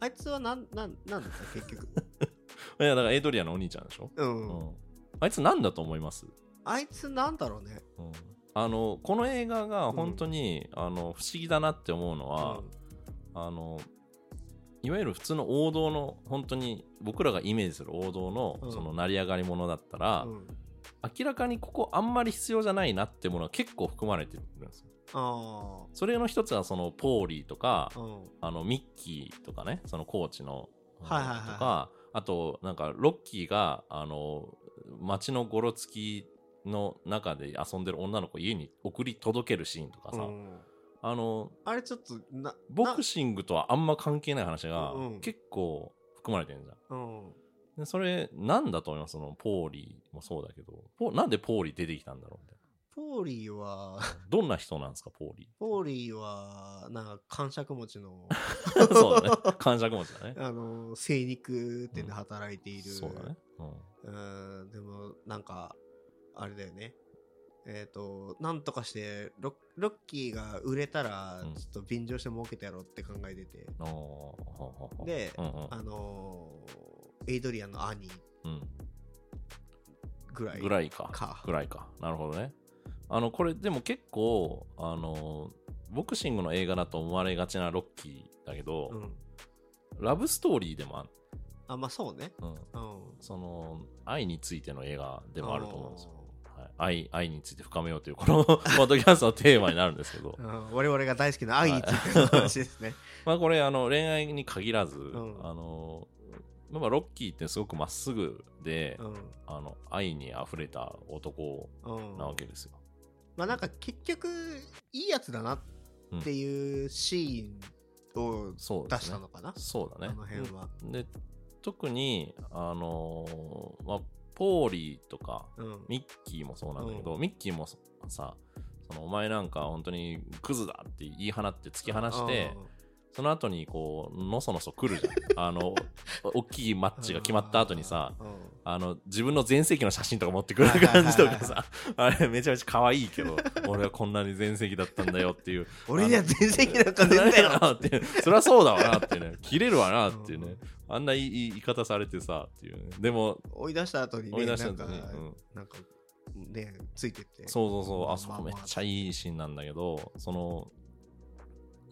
S2: あいつはなん、なん、なんだった結 局。
S1: いやだからエイドリアのお兄ちゃんでしょ
S2: う。
S1: うんんあいつなんだと思います
S2: あいつなんだろうね。
S1: うんあのこの映画が本当にあの不思議だなって思うのは
S2: うん
S1: あのいわゆる普通の王道の本当に僕らがイメージする王道の、
S2: うん
S1: その成り上がりものだったら、
S2: うん
S1: 明らかにここあんまり必要じゃないなってものが結構含まれてるんですよ
S2: あ
S1: それの一つはそのポーリーとか、
S2: あ。うん。
S1: あのミッキーとかねそのコーチの、
S2: はいはいはい
S1: とかあとなんかロッキーがあの街のゴロつきの中で遊んでる女の子を家に送り届けるシーンとかさ、
S2: うん
S1: あの
S2: あれちょっとな、
S1: ボクシングとはあんま関係ない話が
S2: うん
S1: 結構含まれてるじゃん。
S2: なうん。
S1: でそれ、なんだと思いますその、ポーリーもそうだけど、ポなんでポーリー出てきたんだろうみたい
S2: ポーリ ーは、
S1: な。どんな人なんですか、ポーリ
S2: ポーリーは、なんか、感触持ち の、
S1: ー。そうだね。 感触持ちだね。
S2: あの、精肉店で働いている。
S1: そうだね。うん。
S2: うん、でも、なんか、あれだよね。えっ、と、なんとかしてロ、ロッキーが売れたら
S1: うん、
S2: ちょっと便乗して儲けてやろうって考えてて、
S1: あーほうほうほう
S2: で
S1: うんうん
S2: あのーエイドリアンの兄
S1: うん
S2: ぐらい。
S1: ぐらいか。
S2: か
S1: ぐらいか。なるほどね。あの、これ、でも結構、あの、ボクシングの映画だと思われがちなロッキーだけど、
S2: うん。
S1: ラブストーリーでもある。
S2: あ、まあそうね。
S1: うん
S2: うん。
S1: その愛についての映画でもあると思うんですよ。
S2: よ。
S1: はい、愛愛について深めようというこの ポッドキャストのテーマになるんですけど
S2: うん我々が大好きな愛につい ての話ですね。
S1: まあこれあの恋愛に限らず、
S2: ん
S1: あのまあまあロッキーってすごくまっすぐで、
S2: う
S1: あの愛にあふれた男
S2: ん。うん。
S1: なわけですよ。
S2: まあなんか結局、いいやつだなっていうシーンを
S1: そうで
S2: 出
S1: す
S2: し
S1: ね
S2: たのかな、
S1: そうだ
S2: あ
S1: ね。
S2: の辺は。
S1: で特にあの、まあ、ポーリーとか
S2: うん。
S1: ミッキーもそうなんだけど、ミッキーもさ、そのお前なんか本当にクズだって言い放って突き放して、その後にこう、のそのそ来るじゃ ん。あの、お大きいマッチが決まった後にさ、
S2: うん、
S1: あの、自分の全盛期の写真とか持ってくる感じとかさ、あれめちゃめちゃ可愛いけど、俺はこんなに全盛期だったんだよっていう。
S2: 俺には全盛期なんか
S1: な
S2: ねえんだ
S1: れ
S2: よ
S1: なっていう。そりゃそうだわなってね。切れるわなっていう
S2: う
S1: ね
S2: ん。
S1: あんないいいい言い方されてさ、っていうね。でも、
S2: 追い出した後に
S1: 追
S2: ね、
S1: い
S2: な
S1: 出した
S2: ん
S1: ん
S2: か、
S1: だね。うん
S2: なんか、ね、ついてって。
S1: そうそうそう、
S2: ま
S1: あそこめっちゃ
S2: い。
S1: いいシーンなんだけど、その、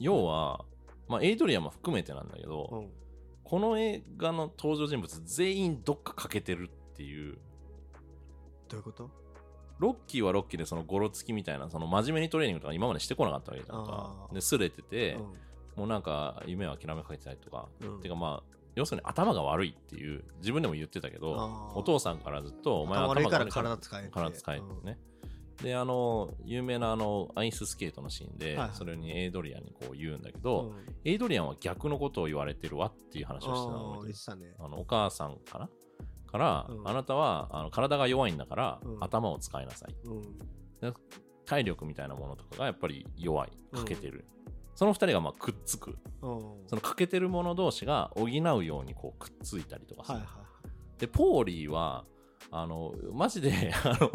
S1: 要は、まあ、エイドリアンも含めてなんだけど、
S2: うん、
S1: この映画の登場人物全員どっか欠けてるっていう、
S2: どういうこと
S1: ロッキーはロッキーでそのゴロつきみたいな、その真面目にトレーニングとか今までしてこなかったわけじゃんか
S2: あ。ー
S1: で、すれてて、
S2: うん
S1: もうなんか夢を諦めかけてたりとか、
S2: うん
S1: てかまあ、要するに頭が悪いっていう、自分でも言ってたけど、
S2: あー
S1: お父さんからずっと、お前は
S2: 頭悪
S1: 頭
S2: いか
S1: が
S2: ら
S1: 悪いから
S2: 体使えて。
S1: 体使えてね。で、あの、有名なあの、アイススケートのシーンで
S2: はいは、い
S1: それにエイドリアンにこう言うんだけ
S2: う
S1: ど、
S2: ん。うん
S1: エイドリアンは逆のことを言われてるわっていう話をしてたの
S2: あ
S1: 覚えてる
S2: ー言ってたね。
S1: あのお母さんかなから、
S2: うん
S1: あなたはあの体が弱いんだから、
S2: うん
S1: 頭を使いなさい
S2: うん。
S1: 体力みたいなものとかがやっぱり弱い欠けてる、その2人がまあくっつく
S2: うん
S1: その欠けてるもの同士が補うようにこうくっついたりとかす
S2: はい
S1: る、
S2: はい
S1: でポーリーはあのマジで あの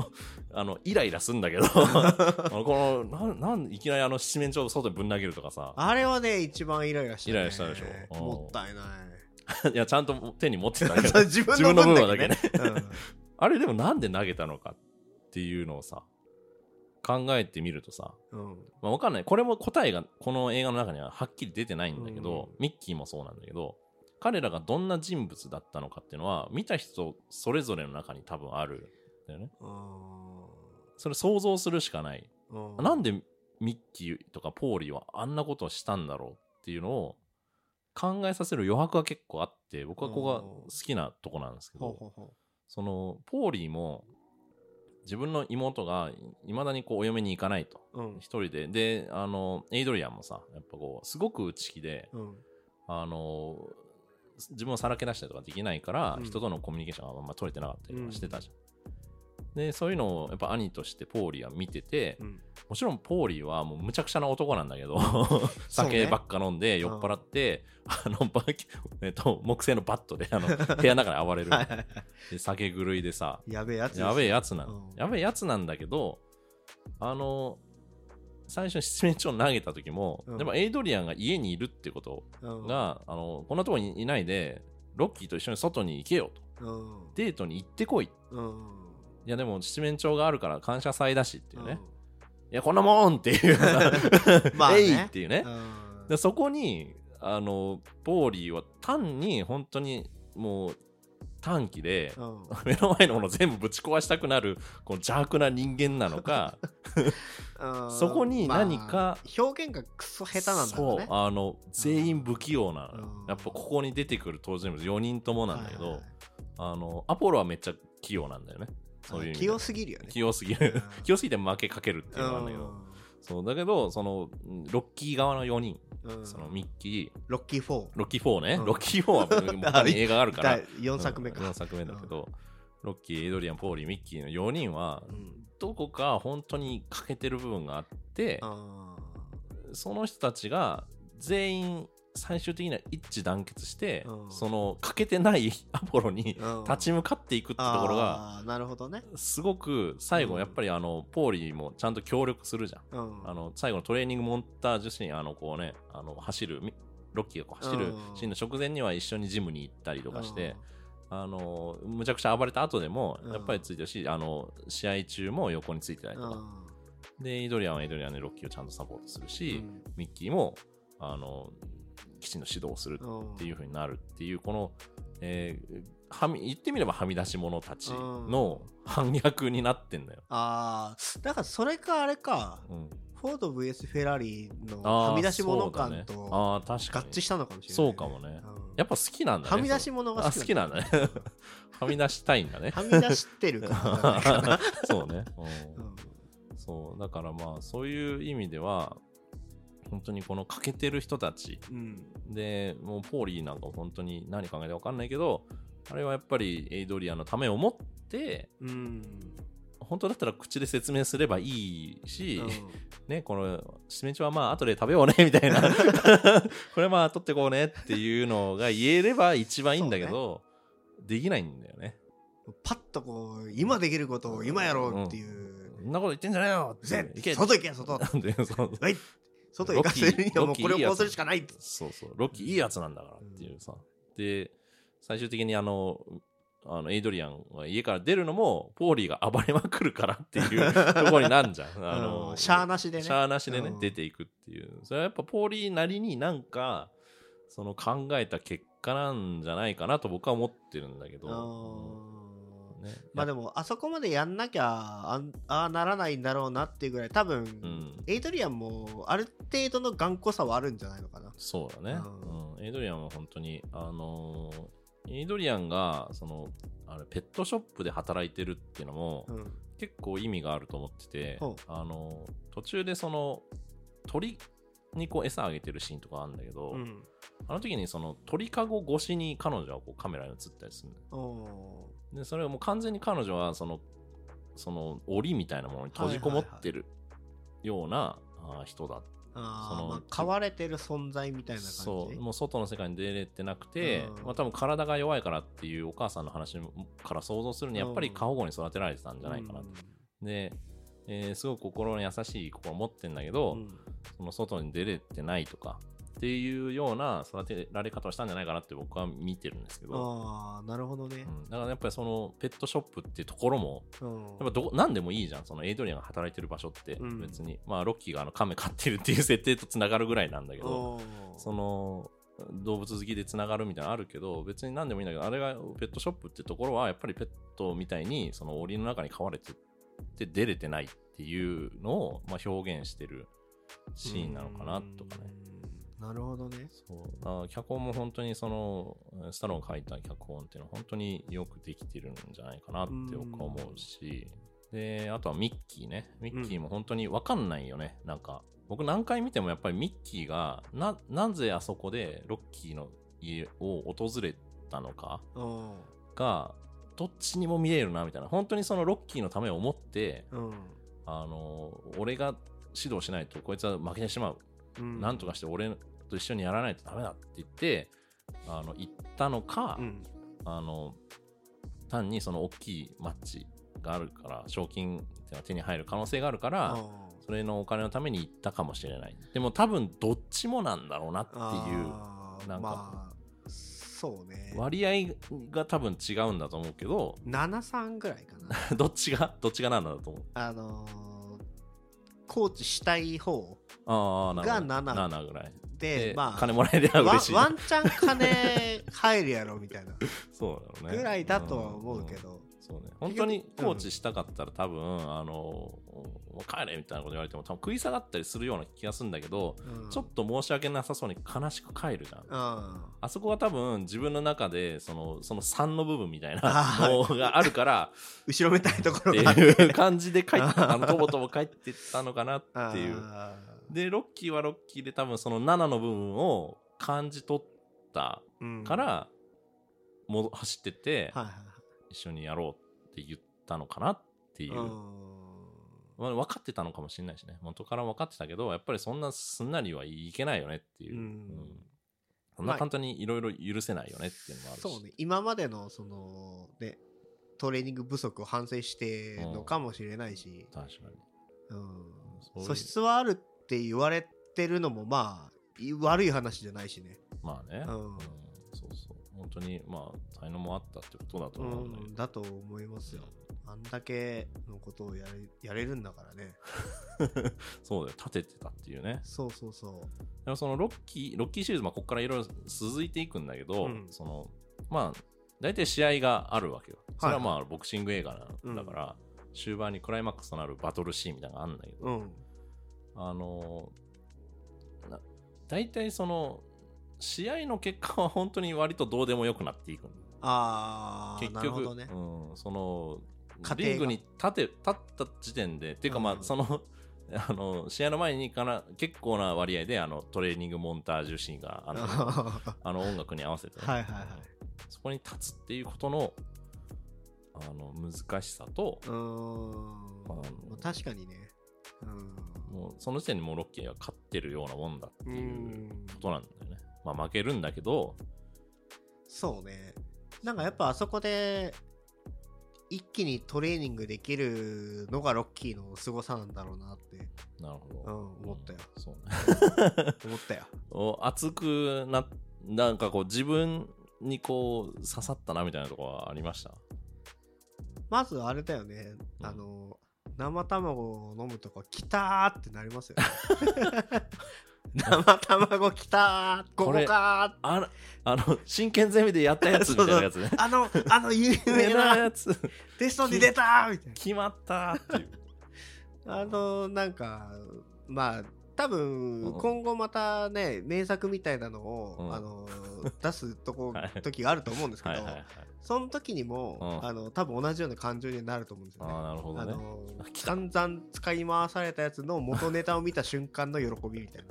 S1: あのイライラすん だけどあのこのなんなんいきなりあの七面鳥を外にぶん投げるとかさ
S2: あれはね一番イライラした、ね、
S1: イライラしたでしょうん
S2: もったいない
S1: いやちゃんと手に持ってたけ ど
S2: 自分の分だけね
S1: 自あれでもなんで投げたのかっていうのをさ考えてみるとさ、
S2: うんうん
S1: まあ、わかんないこれも答えがこの映画の中にははっきり出てないんだけど、
S2: うん
S1: ミッキーもそうなんだけど彼らがどんな人物だったのかっていうのは見た人それぞれの中に多分あるんだよねそれ想像するしかない
S2: うん
S1: なんでミッキーとかポーリーはあんなことをしたんだろうっていうのを考えさせる余白が結構あって僕はここが好きなとこなんですけ
S2: ほう
S1: ど
S2: ほうほ
S1: そのポーリーも自分の妹がいまだにこうお嫁に行かないと
S2: ううん
S1: 一人でであのエイドリアンもさやっぱこうすごく内気で
S2: うん
S1: あの自分をさらけ出したりとかできないから、
S2: うん
S1: 人とのコミュニケーションがあんま取れてなかったりとかしてたじゃん、でそういうのをやっぱ兄としてポーリーは見てて、
S2: うん
S1: もちろんポーリーはもうむちゃくちゃな男なんだけ ど酒ばっか飲んで酔っ払って、あのバキ えっと、木製のバットであの 部屋の中で暴れる
S2: はいはいは
S1: で酒狂いでさ
S2: いやべえやつです
S1: やべえやつなん、
S2: うん
S1: やべえやつなんだけどあの最初に失明書を投げた時も、
S2: うん
S1: でもエイドリアンが家にいるってこと
S2: うん
S1: が、あのこんなとこにいないでロッキーと一緒に外に行けよと
S2: うん
S1: デートに行ってこい
S2: うん
S1: いやでも七面鳥があるから感謝祭だしっていうね、
S2: うん
S1: いやこんなもんっていうさ
S2: まあね
S1: えいっていうね、
S2: うん
S1: でそこにあのポーリーは単に本当にもう短期で、
S2: うん
S1: 目の前のもの全部ぶち壊したくなるこの邪悪な人間なのか
S2: う ん
S1: そこに何か
S2: まあ表現がクソ 下手なんだろうね
S1: そうあの全員不器用なのよ、
S2: うん
S1: やっぱここに出てくる登場人物4人ともなんだけど、
S2: はいはいはい
S1: あのアポロはめっちゃ器用なんだよねそういう意味
S2: あ
S1: で
S2: 器用すぎるよね
S1: 器用すぎる
S2: うん
S1: 器用すぎて負けかけるっていうのがあるんだけど、そうだけどそのロッキー側の4人、
S2: うん
S1: そのミッキー
S2: ロッキー4
S1: ロッキー4ね、
S2: うん
S1: ロッキー4はもうもう 他に映画があるから
S2: 第4作目か、
S1: 4作目だけど、ロッキーエイドリアンポーリーミッキーの4人は
S2: うん
S1: どこか本当に欠けてる部分があって、
S2: あ
S1: その人たちが全員最終的には一致団結して、
S2: うん
S1: その欠けてない アポロに
S2: ーうん
S1: 立ち向かっていくってところが
S2: あーなるほどね、
S1: すごく最
S2: う
S1: 後
S2: ん
S1: やっぱりあのポーリーもちゃんと協力するじゃん、
S2: うん、
S1: あの最後のトレーニングモンタージュシーンあのこうねあの走るみロッキーがこう走る
S2: うん
S1: シーンの直前には一緒にジムに行ったりとかして、あのむちゃくちゃ暴れた後でも
S2: うん
S1: やっぱりついてるし、あの試合中も横についてたり
S2: う
S1: と
S2: ん、う
S1: か、
S2: ん
S1: でイドリアンはイドリアンでロッキーをちゃんとサポートするし、ミッキーもあのきちんと指導する
S2: うん
S1: っていう風になるっていうこの、えーはみ言ってみればはみ出し者たちの反逆になってんだよ。
S2: ああだからそれかあれか
S1: うん、
S2: フォード VS フェラリーの
S1: あー
S2: はみ出し
S1: そ
S2: 物
S1: うだね
S2: 感と合
S1: あー確かに
S2: 致したのかもしれない、
S1: そうかもね
S2: うん
S1: やっぱ好きなんだね。
S2: はみ出し物が
S1: あ好きなんだね。 はみ出したいんだね。
S2: はみ出してるからじゃないか な
S1: そうね、う
S2: うんん
S1: そうだからまあそういう意味では本当にこの欠けてる人たち
S2: うん
S1: でもうポーリーなんか本当に何考えて分かんないけどあれはやっぱりエイドリアンのためを思って
S2: うん
S1: 本当だったら口で説明すればいいうし、
S2: ん
S1: ねこのしめちはまあ後で食べようねみた いなこれまあ取ってこうねっていうのが言えれば一番いいんだけど、できないんだよね
S2: パッとこう今できることを今やろうっていう、
S1: そんなこと言ってんじゃないよ
S2: うぜ
S1: 行け
S2: 外行け外
S1: なんで そう
S2: はい外行かせるにはも
S1: ロ
S2: う
S1: キ
S2: これをこうするしかない
S1: そうそう、ロッキーいいやつなんだからっていうさ。で、最終的にあの、あのエイドリアンが家から出るのも、ポーリーが暴れまくるからっていう ところになんじゃん。あの、
S2: うんシャアなしでね
S1: シャアなしでね、
S2: うん
S1: 出ていくっていう。それはやっぱポーリーなりになんか、その考えた結果なんじゃないかなと僕は思ってるんだけ
S2: あ
S1: ど。
S2: ー
S1: ね、
S2: まあでもあそこまでやんなきゃあんああならないんだろうなっていうぐらい多分、
S1: ん
S2: エイドリアンもある程度の頑固さはあるんじゃないのかな
S1: そうだね、
S2: う
S1: うんエイドリアンは本当にあのーエイドリアンがそのあれペットショップで働いてるっていうのも、
S2: うん
S1: 結構意味があると思ってて、
S2: ほう
S1: あのー途中でその鳥にこう餌あげてるシーンとかあるんだけど、
S2: うん
S1: あの時にその鳥かご越しに彼女はこうカメラに映ったりするんだよ
S2: お
S1: でそれはもう完全に彼女はそのその檻みたいなものに閉じこもってるようなあー人だっ
S2: ーあ
S1: そ
S2: あ
S1: の
S2: まあ買われてる存在みたいな感じ
S1: そうもう外の世界に出れてなくて、
S2: うん
S1: まあ、多分体が弱いからっていうお母さんの話から想像するにやっぱり過保護に育てられてたんじゃないかなと、で、えーすごく心の優しい心を持ってんだけど、
S2: うんうん
S1: その外に出れてないとかっていうような育てられ方をしたんじゃないかなって僕は見てるんですけど、
S2: ああなるほどね
S1: う、んだからやっぱりそのペットショップっていうところも
S2: うん
S1: やっぱどこ何でもいいじゃんそのエイドリアンが働いてる場所って
S2: うん
S1: 別に、まあロッキーがあの亀飼ってるっていう設定とつながるぐらいなんだけど、
S2: うん
S1: その動物好きでつながるみたいなのあるけど別に何でもいいんだけどあれがペットショップってところはやっぱりペットみたいにその檻の中に飼われてて出れてないっていうのを、まあ、表現してるシーンなのかなとかね。
S2: うんなるほどね
S1: そうだから脚本も本当にそのスタローが書いた脚本っていうのは本当によくできてるんじゃないかなって僕は思うしであとはミッキーねミッキーも本当に分かんないよね、なんか僕何回見てもやっぱりミッキーがななぜあそこでロッキーの家を訪れたのか
S2: うん
S1: がどっちにも見えるなみたいな本当にそのロッキーのためを思って
S2: うん
S1: あの俺が指導しないとこいつは負けてしまう
S2: うん
S1: なんとかして俺と一緒にやらないとダメだって言ってあの行ったのか、
S2: うん
S1: あの単にその大きいマッチがあるから賞金っていうのは手に入る可能性があるから、
S2: うん
S1: それのお金のために行ったかもしれないでも多分どっちもなんだろうなっていう
S2: あー
S1: なんか
S2: まあそうね
S1: 割合が多分違うんだと思うけど
S2: 73ぐらいかな
S1: どっちがどっちがなんだと思う
S2: あのーコーチしたい方
S1: ああなるほど
S2: が7
S1: 7ぐらい
S2: で
S1: で
S2: まあ
S1: 金もらえりゃ
S2: ワ
S1: 嬉しい
S2: ワンチャン金入るやろみた いな
S1: そうだろうね
S2: ぐらいだとは思うけ
S1: ん
S2: ど、
S1: そうね、本当にコーチしたかったら多分、あのお帰れみたいなこと言われても多分食い下がったりするような気がするんだけど、
S2: うん
S1: ちょっと申し訳なさそうに悲しく帰るじゃん。
S2: うんあ
S1: あそこは多分自分の中でそのその3の部分みたい
S2: あ
S1: な
S2: ー
S1: のがある から
S2: 後ろめたいとこ
S1: っ
S2: ろ
S1: て
S2: がある
S1: いう感じで 帰ったあのとぼとぼ帰ってったのかなっていう。
S2: あー
S1: でロッキーはロッキーで多分その7の部分を感じ取った
S2: うん
S1: から、もう走ってって、
S2: はいはい
S1: 一緒にやろうって言ったのかなっていう、
S2: はい
S1: まあ、分かってたのかもしれないしね元から分かってたけどやっぱりそんなすんなりはいけないよねっていう、
S2: うん
S1: そんな簡単にいろいろ許せないよねっていうのもあるし、
S2: そうね今までのそのねトレーニング不足を反省してるのかもしれないし、
S1: 確かに
S2: う、
S1: そうんいう
S2: 素質はあるって言われてるのもまあい悪い話じゃないしね、
S1: まあね、
S2: うん
S1: そうそう本当にまあ才能もあったってことだと
S2: う
S1: 思うんだけど、
S2: ん、だと思いますよあんだけのことをやれやれるんだからね
S1: そうだよ立ててたっていうね
S2: そうそうそ
S1: でもそのロッキーロッキーシリーズ、まあ、ここからいろいろ続いていくんだけど、
S2: うん
S1: そのまあ大体試合があるわけよそれはまあボクシング映画
S2: うん
S1: なだから、終盤にクライマックスとなるバトルシーンみたいなのがあるんだけど、
S2: ううん
S1: あのーな大体その試合の結果は 本当に割とどうでもよくなっていくの
S2: ああ
S1: 結
S2: なるほ
S1: 局、
S2: どね
S1: うん、その
S2: 過程が
S1: リングに立て立った時点でっていうかまあ、
S2: うん
S1: その あの試合の前にかな結構な割合であのトレーニングモンタージュシーンがあるの
S2: は
S1: あの音楽に合わせてね、
S2: いはいはい
S1: そこに立つっていうことのあの難しさと
S2: うーん
S1: あの
S2: まあ確かにねうん
S1: もうその時点にもうロッキーは勝ってるようなもんだって
S2: う
S1: いうんことなんだよね、まあ負けるんだけど
S2: そうねなんかやっぱあそこで一気にトレーニングできるのがロッキーの凄さなんだろうなって
S1: なるほ
S2: うん
S1: ど、
S2: 思ったよ
S1: うんそうね
S2: 思っ たよ
S1: お熱くななんかこう自分にこう刺さったなみたいなとこはありました
S2: まずあれだよね
S1: うん
S2: あの生卵を飲むとこきたーってなりますよ ね生卵きたー
S1: こ
S2: ここ
S1: れ
S2: かー
S1: あのあの真剣ゼミでやったやつみたいなや つね
S2: あのあの有名
S1: 上の
S2: な
S1: やつ
S2: テストに出たーみたいな
S1: 決まったっていう
S2: あのなんかまあ多分
S1: うん
S2: 今後またね名作みたいなの
S1: う
S2: を
S1: ん
S2: あの出すと こ
S1: はい
S2: 時があると思うんですけ
S1: はい
S2: ど
S1: はいはい
S2: その時にも、
S1: うん
S2: あの多分同じような感情になると思うんですよね
S1: ああ、なるほど
S2: あ
S1: ね。
S2: のー
S1: 来た
S2: 散々使い回されたやつの元ネタを見た瞬間の喜びみたい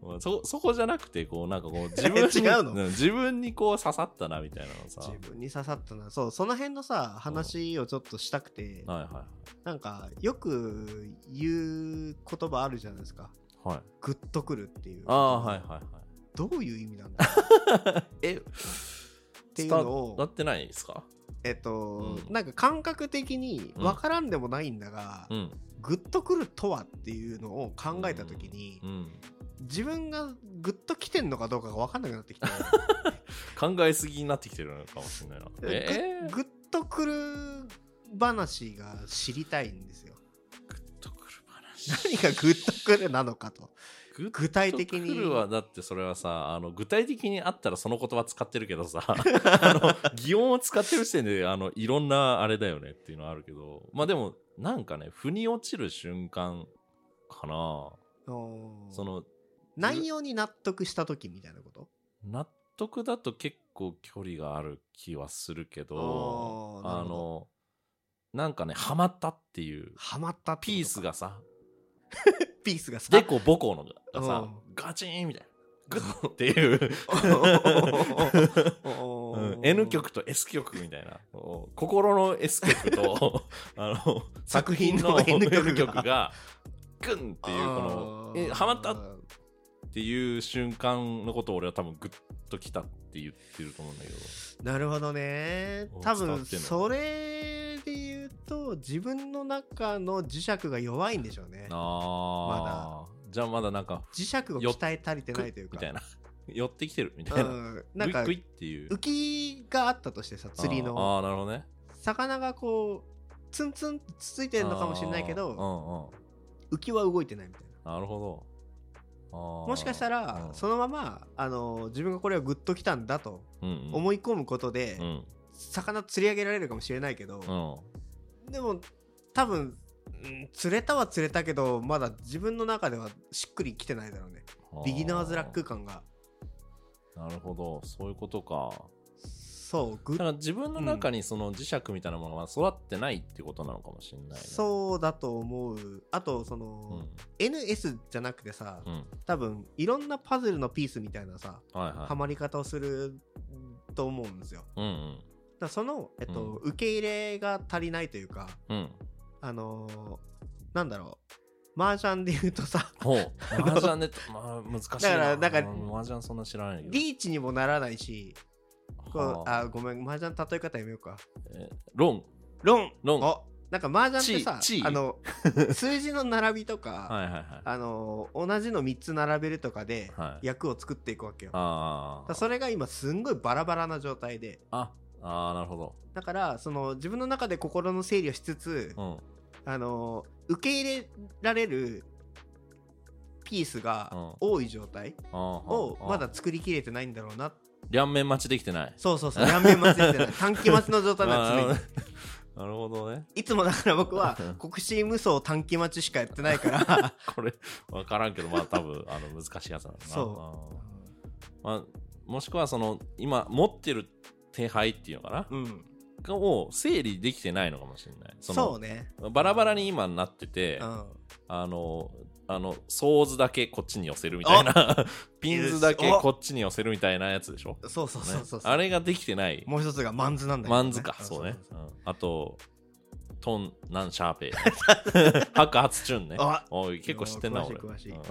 S2: な
S1: うんそそこじゃなくて、こう、なんかこ う、自
S2: え
S1: 分に
S2: 違うの
S1: ん自分にこう刺さったなみたいなのさ。は
S2: 自
S1: い
S2: 分に刺さったなそうその辺のさ話をちょっとしたくて、
S1: は
S2: なんかよく言う言葉あるじゃないですか
S1: い。はい。
S2: グッとくるっていう
S1: ああ、はいはいはい。
S2: どういう意味なんだろう
S1: え、
S2: ていうのを
S1: 伝わってないですか
S2: えっと、
S1: うん
S2: なんか感覚的に
S1: うん
S2: 分からんでもないんだが、
S1: うん。
S2: グッとくるとはっていうのを考えた時に、
S1: うん。
S2: 自分がグッときてんのかどうかが分かんなくなってきて、
S1: 考えすぎになってきてるのかもしれないな。 えー、
S2: グッとくる話が知りたい んですよ
S1: グッとくる話。
S2: 何がグッとくるなのかと
S1: グッ
S2: 具体的
S1: グッと
S2: に
S1: くるはだってそれはさあの具体的にあったらその言葉使ってるけど さあの擬音を使ってる時点であのいろんなあれだよねっていうのはあるけどまあでもなんかね腑に落ちる瞬間かな
S2: おー
S1: その
S2: 内容に納得した時みたいなこと
S1: 納得だと結構距離がある気はするけど
S2: あーな
S1: あ
S2: るほ
S1: のなんかねハマったっていう
S2: ハマったってことか
S1: ピースがさ
S2: ピースがさ
S1: でこぼこのがさ
S2: う
S1: ガチーンみたいなグッって いう
S2: お
S1: う
S2: ー
S1: ん N 曲と S 曲みたいなお心の S 曲 とあの
S2: 作品の
S1: 作
S2: N
S1: N 曲
S2: 曲が
S1: がグンっていうこの
S2: あー
S1: えハマったっていう瞬間のことを俺は多分グッときたって言ってると思うんだ けど
S2: なるほどね
S1: お
S2: 多
S1: 伝わ
S2: 分
S1: ってんの
S2: それで言うと自分の中の磁石が弱いんでしょうね
S1: ああじゃあまだなんか
S2: 磁石を鍛え足りてないという
S1: み
S2: か
S1: たいな 寄ってきてるみた
S2: う
S1: いな、
S2: ん、なんか
S1: グイグイっていう
S2: 浮きがあったとしてさ釣りの
S1: あーあーなるほどね
S2: 魚がこうツンツンってつついてるのかもしれないけ
S1: あー
S2: ど
S1: うんうん
S2: 浮きは動いてないみたいな
S1: なるほど
S2: もしかしたら、そのままあの自分がこれをグッときたんだと
S1: 思
S2: 思い込むことで、
S1: うん
S2: 魚釣り上げられるかもしれないけど、
S1: うん
S2: でも多分、うん釣れたは釣れたけどまだ自分の中ではしっくりきてないだろうねビギナーズラック感が
S1: なるほど、そういうことか。
S2: そうグ
S1: だから
S2: ッ
S1: 自分の中にその磁石みたいなものが育ってないってことなのかもしれない、ね。
S2: そうだと思うあとその、NS じゃなくてさ、
S1: うん。うん。
S2: 多分いろんなパズルのピースみたいなさ、
S1: はいはい。
S2: はまり方をすると思うんですよ。
S1: うんうん。
S2: だからその、えっと受け入れが足りないというか、
S1: うん。
S2: あのーなんだろう、麻雀で言うとさ、
S1: ほう。麻雀ネット、まあ難しいな。
S2: だからなんか
S1: うん麻雀そんな知らないけど。
S2: リーチにもならないし、こ
S1: は
S2: うあごめん、麻雀例え方やめようか。
S1: えロン。
S2: ロン
S1: ロン。は
S2: おなんか麻雀ってさ
S1: チーチ、ー
S2: あ の数字の並びとか、
S1: いはいはい。
S2: あのー同じの3つ並べるとかで、
S1: はい。
S2: 役を作っていくわけよ。だか
S1: あ
S2: ら
S1: あ。
S2: それが今、すんごいバラバラな状態で。
S1: ああー、なるほど。
S2: だからその自分の中で心の整理をしつつ、
S1: うん。うん。
S2: あの受け入れられるピースが多い状態を
S1: を
S2: まだ作りきれてないんだろうな、
S1: 両面待ちできてない。
S2: そうそうそう両面待ち ですよね短期待ちの状態なん
S1: あ
S2: で
S1: ー
S2: すね
S1: なるほどね。
S2: いつもだから僕は
S1: うん
S2: 国士無双短期待ちしかやってないから
S1: これ分からんけどまあ多分あの難しいやつなんだな
S2: そ
S1: うんまあ、もしくはその今持ってる手配っていうのか
S2: うん
S1: なを整理できてないのかもしれない
S2: そ
S1: そうの
S2: ね、
S1: バラバラに今なってて、
S2: うん、
S1: あのあのソーズだけこっちに寄せるみたいなピンズだけこっちに寄せるみたいなやつでしょ、
S2: そうそうそうそう
S1: ねあれができてない
S2: もう一つがマンズなんだけど
S1: マ
S2: ね
S1: ンズかそうね
S2: そう
S1: うんあとトンナンシャー ペイハクハツチュンね
S2: あ
S1: おい結構知ってんな
S2: 詳しい
S1: 俺
S2: 詳しい
S1: うん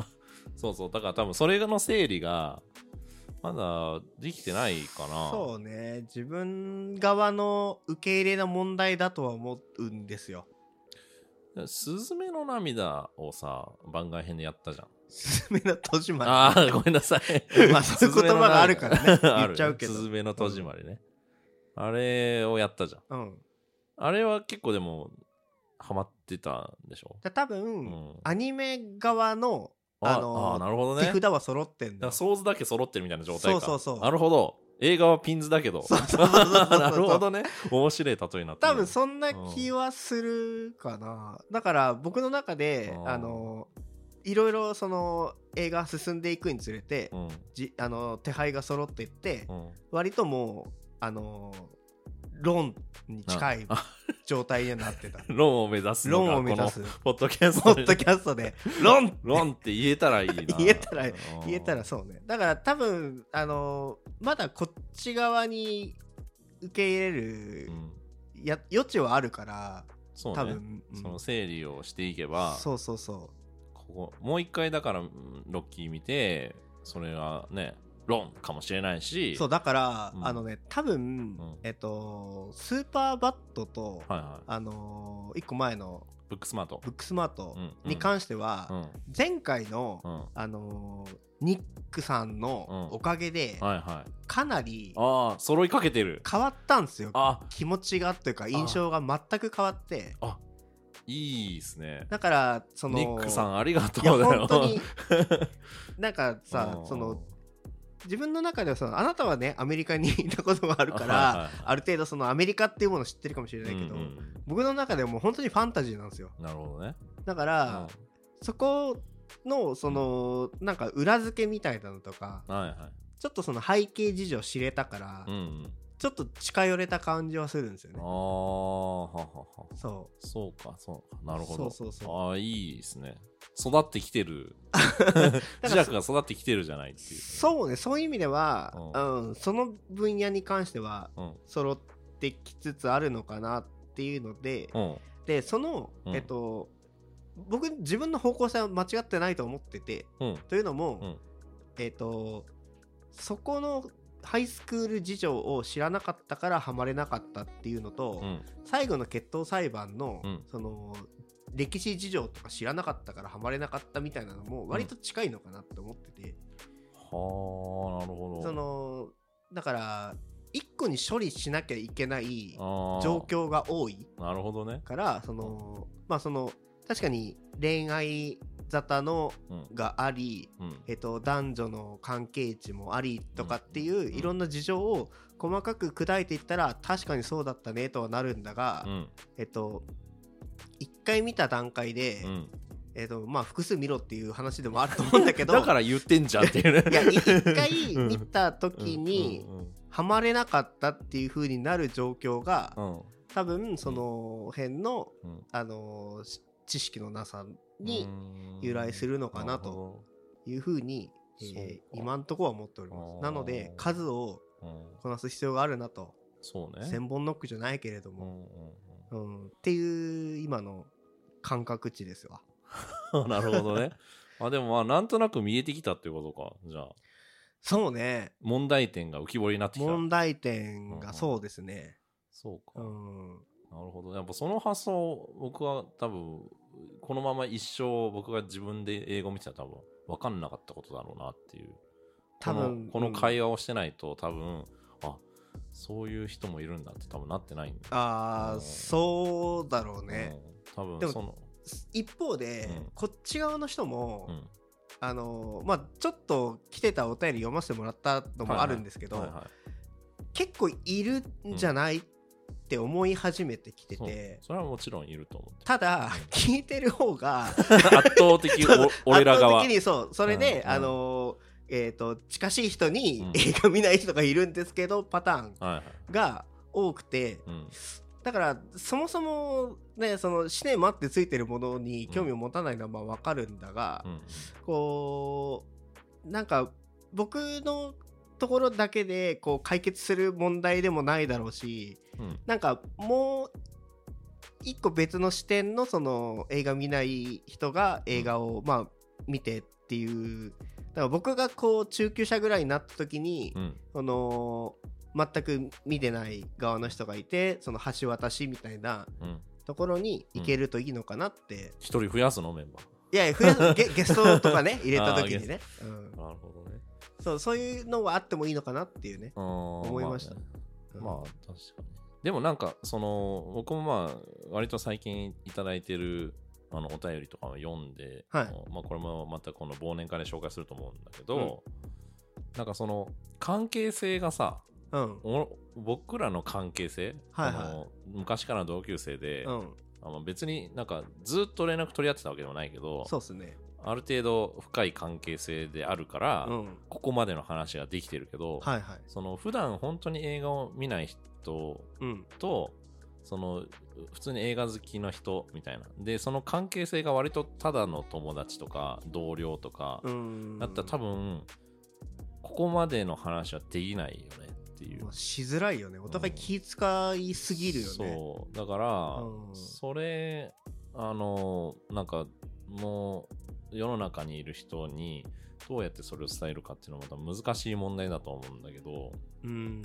S1: そうそうだから多分それの整理がまだできてないかな
S2: そうね自分側の受け入れの問題だとは思うんですよ
S1: スズメの涙をさ番外編でやったじゃん
S2: スズメの戸締まり
S1: ああごめんなさい
S2: まあそういう言葉があるからね 言っちゃうけど
S1: スズメの戸締まりねあれをやったじゃん
S2: うん
S1: あれは結構でもハマってたんでしょ
S2: だ多分、
S1: うん
S2: アニメ側の
S1: あ
S2: あのー
S1: あーなるほど
S2: 手
S1: ね
S2: 札は揃って
S1: だ
S2: ん
S1: か
S2: だ
S1: らソーズだけ揃ってるみたいな状態か
S2: そうそうそう
S1: なるほど映画はピンズだけど
S2: そうそうそうそうそう
S1: なるほどね面白い例えになってる
S2: 多分そんな気はするかな、だから僕の中で
S1: あー
S2: あのいろいろその映画進んでいくにつれて、
S1: うん
S2: じあの手配が揃っていって、
S1: うん
S2: 割ともうあの論に近い
S1: あ。
S2: 状態にはなってた
S1: 論を目指すの
S2: 論
S1: が
S2: を目指
S1: こ
S2: す。
S1: のポッドキャス
S2: ポ
S1: ト
S2: ッド
S1: で
S2: キャス トで、論
S1: 論って言えたらいいな
S2: 言えたら
S1: うん
S2: 言えたらそうね。だから多分、あのーまだこっち側に受け入れる
S1: うん
S2: や余地はあるから、
S1: そうね
S2: 多分、うん
S1: その整理をしていけば
S2: そうそうそ。
S1: ここもう一回だからうんロッキー見てそれはね論かもしれないうし
S2: そう、だから、
S1: うん
S2: あのね、多分、
S1: ん
S2: えっと、スーパーバットと、
S1: はいはい
S2: あのー、一個前の
S1: ブックスマート
S2: ブックスマート
S1: うんうん
S2: に関しては、
S1: うん
S2: 前回の、
S1: うん
S2: あのーニックさんの
S1: うん
S2: おかげで、
S1: はいはい
S2: かなり
S1: ああ揃いかけてる
S2: 変わったんですよ。
S1: あ
S2: 気持ちがというか、印象が全く変わって。
S1: いいですね
S2: だから、その、
S1: ニックさ
S2: ん、
S1: んありが
S2: いや、
S1: とうだよ
S2: 本 当に、なんかさ
S1: う、ん
S2: その、自分の中ではさ、あなたはね、アメリカにいたことがあるから、
S1: はいはい
S2: ある程度そのアメリカっていうものを知ってるかもしれないけど、
S1: うんうん
S2: 僕の中ではもう本当にファンタジーなんですよ。
S1: なるほどね
S2: だか
S1: うん
S2: ら
S1: は、
S2: そこの、その、なんか裏付けみたいなのとか、
S1: いは
S2: ちょっとその背景事情知れたから、
S1: いうんうん
S2: ちょっと近寄れた感じはするんですよ
S1: あ
S2: ね。
S1: あははは
S2: そ
S1: そうかそうかなるほど
S2: そうそうそう
S1: ああいいですね育ってきてる
S2: ら
S1: ジャックが育ってきてるじゃないっ
S2: う。
S1: ていう
S2: そうね、そういう意味では、
S1: う
S2: うん、その分野に関しては、
S1: うん
S2: 揃ってきつつあるのかなっていうので、
S1: うん
S2: でその、
S1: うん
S2: えっと僕自分の方向性は間違ってないと思ってて
S1: うん
S2: というのも、
S1: うん
S2: えっとそこのハイスクール事情を知らなかったからハマれなかったっていうのと、
S1: うん
S2: 最後の決闘裁判の、
S1: うん
S2: その歴史事情とか知らなかったからハマれなかったみたいなのも割と近いのかなって思ってて、
S1: はあなるほど
S2: そのだから一個に処理しなきゃいけない
S1: あー
S2: 状況が多い
S1: なるほどね
S2: からそのまあその確かに恋愛沙汰の
S1: うん
S2: があり、
S1: うん
S2: えっと、男女の関係値もありとかって
S1: うん
S2: いう
S1: うん
S2: いろんな事情を細かく砕いていったら確かにそうだったねとはなるんだが、
S1: うん
S2: えっと一回見た段階で、
S1: うん
S2: えっとまあ、複数見ろっていう話でもあると思うんだけ ど
S1: だから言ってんじゃんっていうね
S2: いや一 回見た時に
S1: うんうん
S2: ハマれなかったっていう風になる状況が
S1: うんうん
S2: 多分その辺の
S1: うん
S2: あのし知識のなさ
S1: う
S2: に
S1: ん
S2: 由来するのかな
S1: る
S2: と
S1: ほ
S2: いうふうに、えー
S1: そうか
S2: 今んとこは思っております
S1: あー
S2: なので数を
S1: どうん
S2: こなす必要があるなと
S1: そうね
S2: 千本ノックじゃないけれど
S1: う
S2: も、
S1: んうん
S2: うんっていう今の感覚値ですわ
S1: うん なるほどねあでもまあなんとなく見えてきたっていうことかじゃあ
S2: そうね
S1: 問題点が浮き彫りになってきた
S2: 問題点がそうですね
S1: そう
S2: う
S1: か、
S2: ん、
S1: なるほどやっぱその発想僕は多分このまま一生僕が自分で英語見てたら多分分かんなかったことだろうなっていう
S2: 多分
S1: このこの会
S2: 話、
S1: 話をしてないと多分、あそういう人もいるんだって多分なってないんだ
S2: あ
S1: う
S2: あ
S1: ん
S2: そうだろうね、
S1: うん多分
S2: でも
S1: その
S2: 一方で、
S1: うん
S2: こっち側の人も、
S1: うん
S2: あのまあちょっと来てたお便り読ませてもらったのもあるんですけど、
S1: はいは
S2: 結構いるんじゃない、って思い始めてきて
S1: いそう
S2: て
S1: それはもちろんいると思って
S2: ただ聞いてる方が
S1: 圧倒 的お 俺ら側
S2: 圧倒的にそうそれで、
S1: うん
S2: あのえー、と近しい人に
S1: うん
S2: 映画見ない人がいるんですけど、パターン
S1: はいはい
S2: が多くて
S1: うん
S2: だからそもそもねそのシネマってついてるものに興味を持たないのはまあ分かるんだが、
S1: うん
S2: こうなんか僕のところだけでこう解決する問題でもないだろうし
S1: うん
S2: なんかもう一個別の視点のその映画見ない人が映画をまあ見てっていうだから僕がこう中級者ぐらいになった時に
S1: うんうん
S2: その全く見てない側の人がいてその橋渡しみたいな
S1: うん
S2: ところに行けるといいのかなって
S1: 一人増やすのメンバ
S2: いやいや増やす ゲゲストとかね入れた時にね、うん
S1: ーなるほどね
S2: そうそういうのはあってもいいのかなっていうね、思
S1: 思
S2: いましたうん
S1: まあ確かに。でもなんかその僕もまあ割と最近いただいてるあのお便りとかを読んで、
S2: はい
S1: あのまあ、これもまたこの忘年会で紹介すると思うんだけど、なんかその関係性がさ
S2: うん
S1: お僕らの関係性、
S2: はいはい
S1: あの昔からの同級生で、
S2: うん
S1: あの別になんかずっと連絡取り合ってたわけでもないけど
S2: そうっすね
S1: あある程度深い関係性であるから、
S2: うん
S1: ここまでの話ができてるけど、
S2: はいはい
S1: その普段本当に映画を見ない人
S2: うん
S1: とその普通に映画好きの人みたいなでその関係性が割とただの友達とか同僚とか
S2: うん
S1: だったら多分ここまでの話はできないよねっていう
S2: まあしづらいよねお互い気使いすぎるよね、
S1: そうだから、
S2: うん
S1: それあのなんかもう世の中にいる人にどうやってそれを伝えるかっていうのはまた難しい問題だと思うんだけど
S2: うん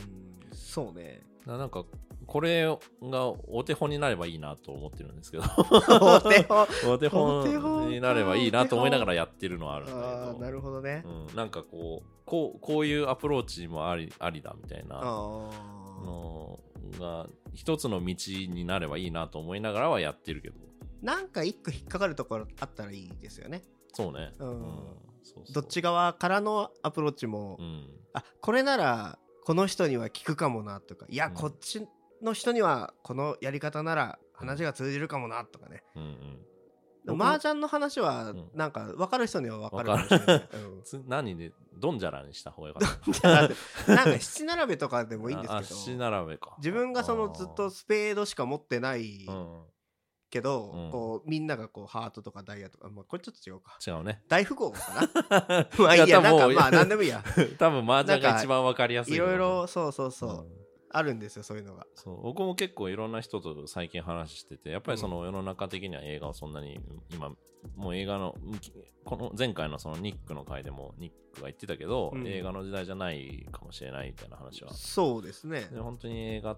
S2: そうね
S1: ななんかこれがお手本になればいいなと思ってるんですけど
S2: お 手本
S1: お手
S2: お手本
S1: 本
S2: か
S1: になればいいなと思いながらやってるのはあるんだけ
S2: ああ
S1: ど
S2: なるほどね、
S1: うん、なんかこうこうこういうアプローチもありありだみたいな
S2: ああ
S1: のが一つの道になればいいなと思いながらはやってるけど
S2: なんか一個引っかかるところあったらいいですよね
S1: そうね、
S2: うん
S1: そうそう
S2: どっち側からのアプローチも、
S1: うん
S2: あこれならこの人には効くかもなとかいや、
S1: うん
S2: こっちの人にはこのやり方なら話が通じるかもなとかね、
S1: うんうん
S2: で
S1: 僕
S2: も
S1: も
S2: 麻雀の話は
S1: うん
S2: なんか分かる人には分かるか
S1: わ
S2: も
S1: かる
S2: し れない、うん
S1: つ何でドンジャラにした方がよかった
S2: じゃあなんか七並べとか でもいいんで
S1: ああ
S2: すけ
S1: 七
S2: ど
S1: 並べか
S2: 自分がそのずっとスペードしか持ってない
S1: あーうん
S2: けど、
S1: うん
S2: こうみんながこうハートとかダイヤとか、まあ、これちょっと違うか
S1: 違うね
S2: 大富豪かなまあいいや
S1: いや
S2: な
S1: 多分もう
S2: んかまあ何でもいいや
S1: 多分麻雀
S2: な
S1: が
S2: んか
S1: 一番わかりやすい
S2: い
S1: よね
S2: ろいろそうそうそう、
S1: ん
S2: あるんですよそういうのが
S1: そう僕も結構いろんな人と最近話しててやっぱりその世の中的には映画をそんなに今もう映画のきこの前回のそのニックの回でもニックが言ってたけど、
S2: うん
S1: 映画の時代じゃないかもしれないみたいな話は
S2: そうですね
S1: で本当に映画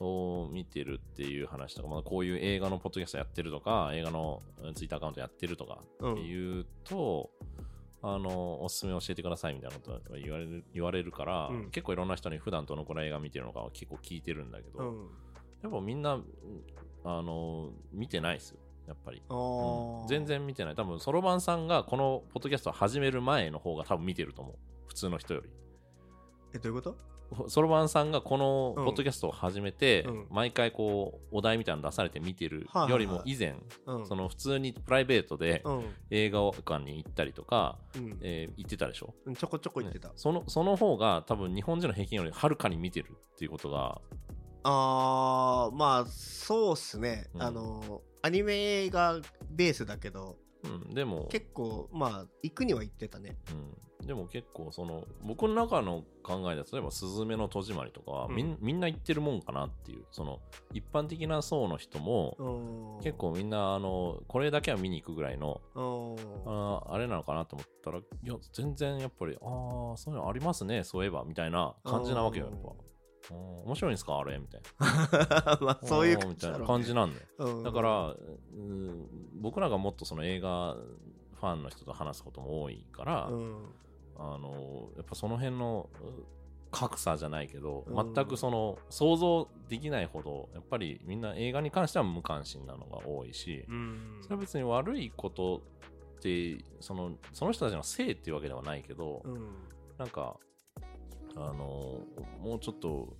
S1: を見てるっていう話とか、まあ、こういう映画のポッドキャストやってるとか映画のツイッターアカウントやってるとか
S2: う
S1: って
S2: ん
S1: いうと、あのおすすめ教えてくださいみたいなことは言われる言われるから、
S2: うん
S1: 結構いろんな人に普段どのくらい映画見てるのかは結構聞いてるんだけど、
S2: うん
S1: やっぱみんな、うんあの、見てないですよ、やっぱり。
S2: あ
S1: う
S2: ー
S1: ん全然見てない。多分、そろばんさんがこのポッドキャストを始める前の方が多分見てると思う。普通の人より。
S2: えどういうこと
S1: そろばんさんがこの
S2: うん
S1: ポッドキャストを始めて、
S2: うん
S1: 毎回こう、お題みたいなの出されて見てる
S2: はいはいはい
S1: よりも以前、
S2: うん
S1: その普通にプライベートで
S2: うん
S1: 映画館に行ったりとか、
S2: うん
S1: えー行ってたでしょ
S2: うんちょこちょこ言ってた、
S1: ねそのその方が多分日本人の平均よりはるかに見てるっていうことが、
S2: あーまあそうっすね、
S1: うん
S2: あのアニメがベースだけど
S1: うん、でも
S2: 結構まあ行くには行ってたね
S1: うん、でも結構その僕の中の考えで例えば「すずめの戸締まり」とかはみ,、
S2: うん
S1: ん、みんな言ってるもんかなっていうその一般的な層の人も
S2: うん
S1: 結構みんなあのこれだけは見に行くぐらいの
S2: うん
S1: あーあれなのかなと思ったらいや全然やっぱりああそういうのありますねそういえばみたいな感じなわけよやっぱあー面白いんですかあれみたい
S2: まあ
S1: な
S2: そういう
S1: あー
S2: 感
S1: み
S2: じ
S1: たい
S2: だろう
S1: な
S2: ね
S1: 感じなんだよ
S2: うん
S1: だから、うん、僕らがもっとその映画ファンの人と話すことも多いから、
S2: うん
S1: あのやっぱその辺のう格差じゃないけど
S2: うん
S1: 全くその想像できないほどやっぱりみんな映画に関しては無関心なのが多いし
S2: うん
S1: それは別に悪いことってそのその人たちのせいっていうわけではないけど
S2: うん
S1: なんかあのもうちょっと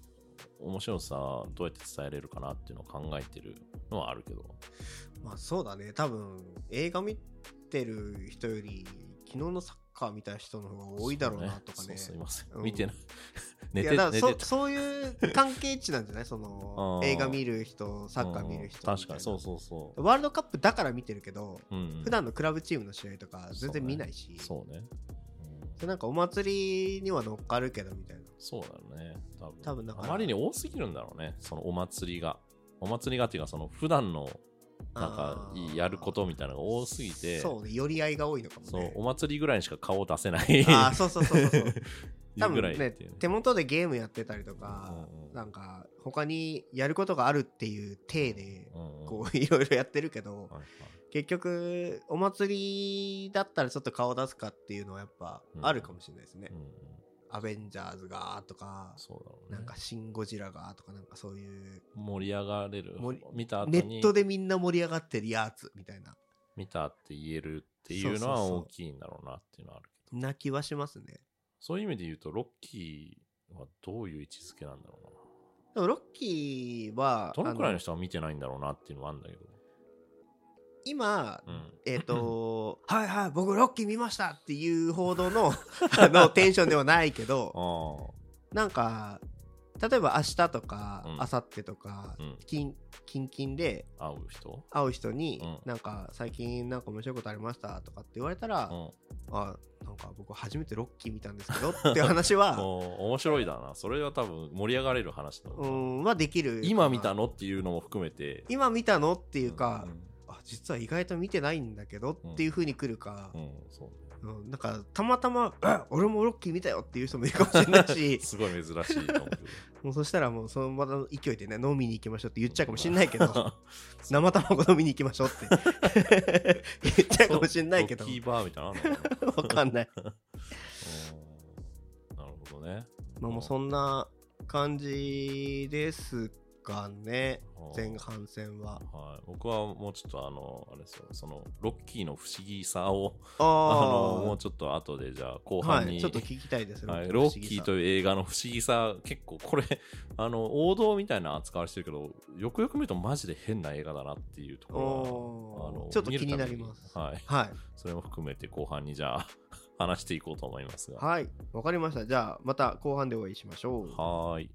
S1: 面白さどうやって伝えれるかなっていうのを考えてるのはあるけど
S2: まあそうだね多分映画見てる人より昨日のサッカー見た人の方が多いだろうなとかね
S1: そうすいません、
S2: うん
S1: 見てない
S2: い
S1: 寝
S2: や
S1: て
S2: だ
S1: 寝
S2: から
S1: て
S2: そ
S1: た
S2: そういう関係値なんじゃないその
S1: あー
S2: 映画見る人サッカー見る人みた
S1: うん
S2: いな
S1: 確かにそうそうそう
S2: ワールドカップだから見てるけど、
S1: うん
S2: 普段のクラブチームの試合とか全然見ないし、
S1: そうね、うん
S2: でなんかお祭りには乗っかるけどみたいな
S1: そうだろうね多分
S2: 多分だから
S1: あまりに多すぎるんだろうねそのお祭りがお祭りがっていうかその普段のなんか
S2: あー
S1: やることみたいなのが多すぎて
S2: そうね寄り合いが多いのかも
S1: そう
S2: ね
S1: お祭りぐらいにしか顔を出せない
S2: ああそうそうそうそうそう多
S1: ぐ
S2: 分
S1: ら い
S2: ね
S1: っていうね
S2: 手元でゲームやってたりとか、
S1: うんうん
S2: なんか他にやることがあるっていう体で
S1: うんうん
S2: こう いろいろやってるけど
S1: はいはい
S2: 結局お祭りだったらちょっと顔出すかっていうのはやっぱあるかもしれないですね、
S1: うんうん
S2: アベンジャーズがとか
S1: そうだろうね
S2: なんかシン・ゴジラがとかなんかそういう
S1: 盛り上がれる
S2: 盛り
S1: 見た後
S2: ネ
S1: に
S2: ットでみんな盛り上がってるやつみたいな
S1: 見たって言えるっていうのは
S2: そうそうそう
S1: 大きいんだろうなっていうのはあるけど
S2: な気はしますね
S1: そういう意味で言うとロッキーはどういう位置づけなんだろうな
S2: でもロッキーは
S1: どのくらい
S2: あ
S1: の人は見てないんだろうなっていうのはあるんだけど。
S2: 今、
S1: うん。
S2: えっ、と、はいはい、僕ロッキー見ましたっていう報道 のあのテンションではないけど、
S1: あ
S2: なんか、例えば明日とか、
S1: うん
S2: 明後日とか
S1: あ、、うん。
S2: 近近々で
S1: 会う人
S2: 会う人に、
S1: うん
S2: なんか最近なんか面白いことありましたとかって言われたら、
S1: うん。お
S2: あなんか僕初めてロッキー見たんですけどっていう話 は、
S1: ー面白いだな。それは多分盛り上がれる話だな
S2: うん、まあできる。
S1: 今見たのっていうのも含めて。
S2: 今見たのっていうか、
S1: ん
S2: あ実は意外と見てないんだけどっていう風に来るか、
S1: うん、うんそうね
S2: うんなんかたまたま あ「俺もロッキー見たよ」っていう人もいるかもしれない し
S1: すごい珍しいと思うけど。
S2: もうそしたらもうそのまま勢いでね飲みに行きましょうって言っちゃうかもしれな いけど生卵飲みに行きましょうって 言っちゃうかもしれないけど
S1: ロッキーバーみたいなのあんのかな
S2: わかんない
S1: うんなるほどね。
S2: まあもうそんな感じですかね前半戦は
S1: はい、僕はもうちょっとあの、あれですよ、そのロッキーの不思議さを、
S2: あ
S1: あ
S2: あ
S1: のもうちょっと後でじゃあ後半
S2: はい、
S1: に、
S2: ちょっと聞きたいです
S1: はいロッキーと
S2: いう
S1: いう映画の不思議さ、結構これ、あの王道みたいな扱わしてるけど、よくよく見るとマジで変な映画だなっていうところはあの
S2: ちょっと
S1: 見る
S2: 気にな
S1: たび
S2: ります
S1: はい、
S2: はい
S1: それも含めて後半にじゃあ 話していこうと思いますが。
S2: はいわかりましたじゃあまた後半でお会いしましょう
S1: はーい。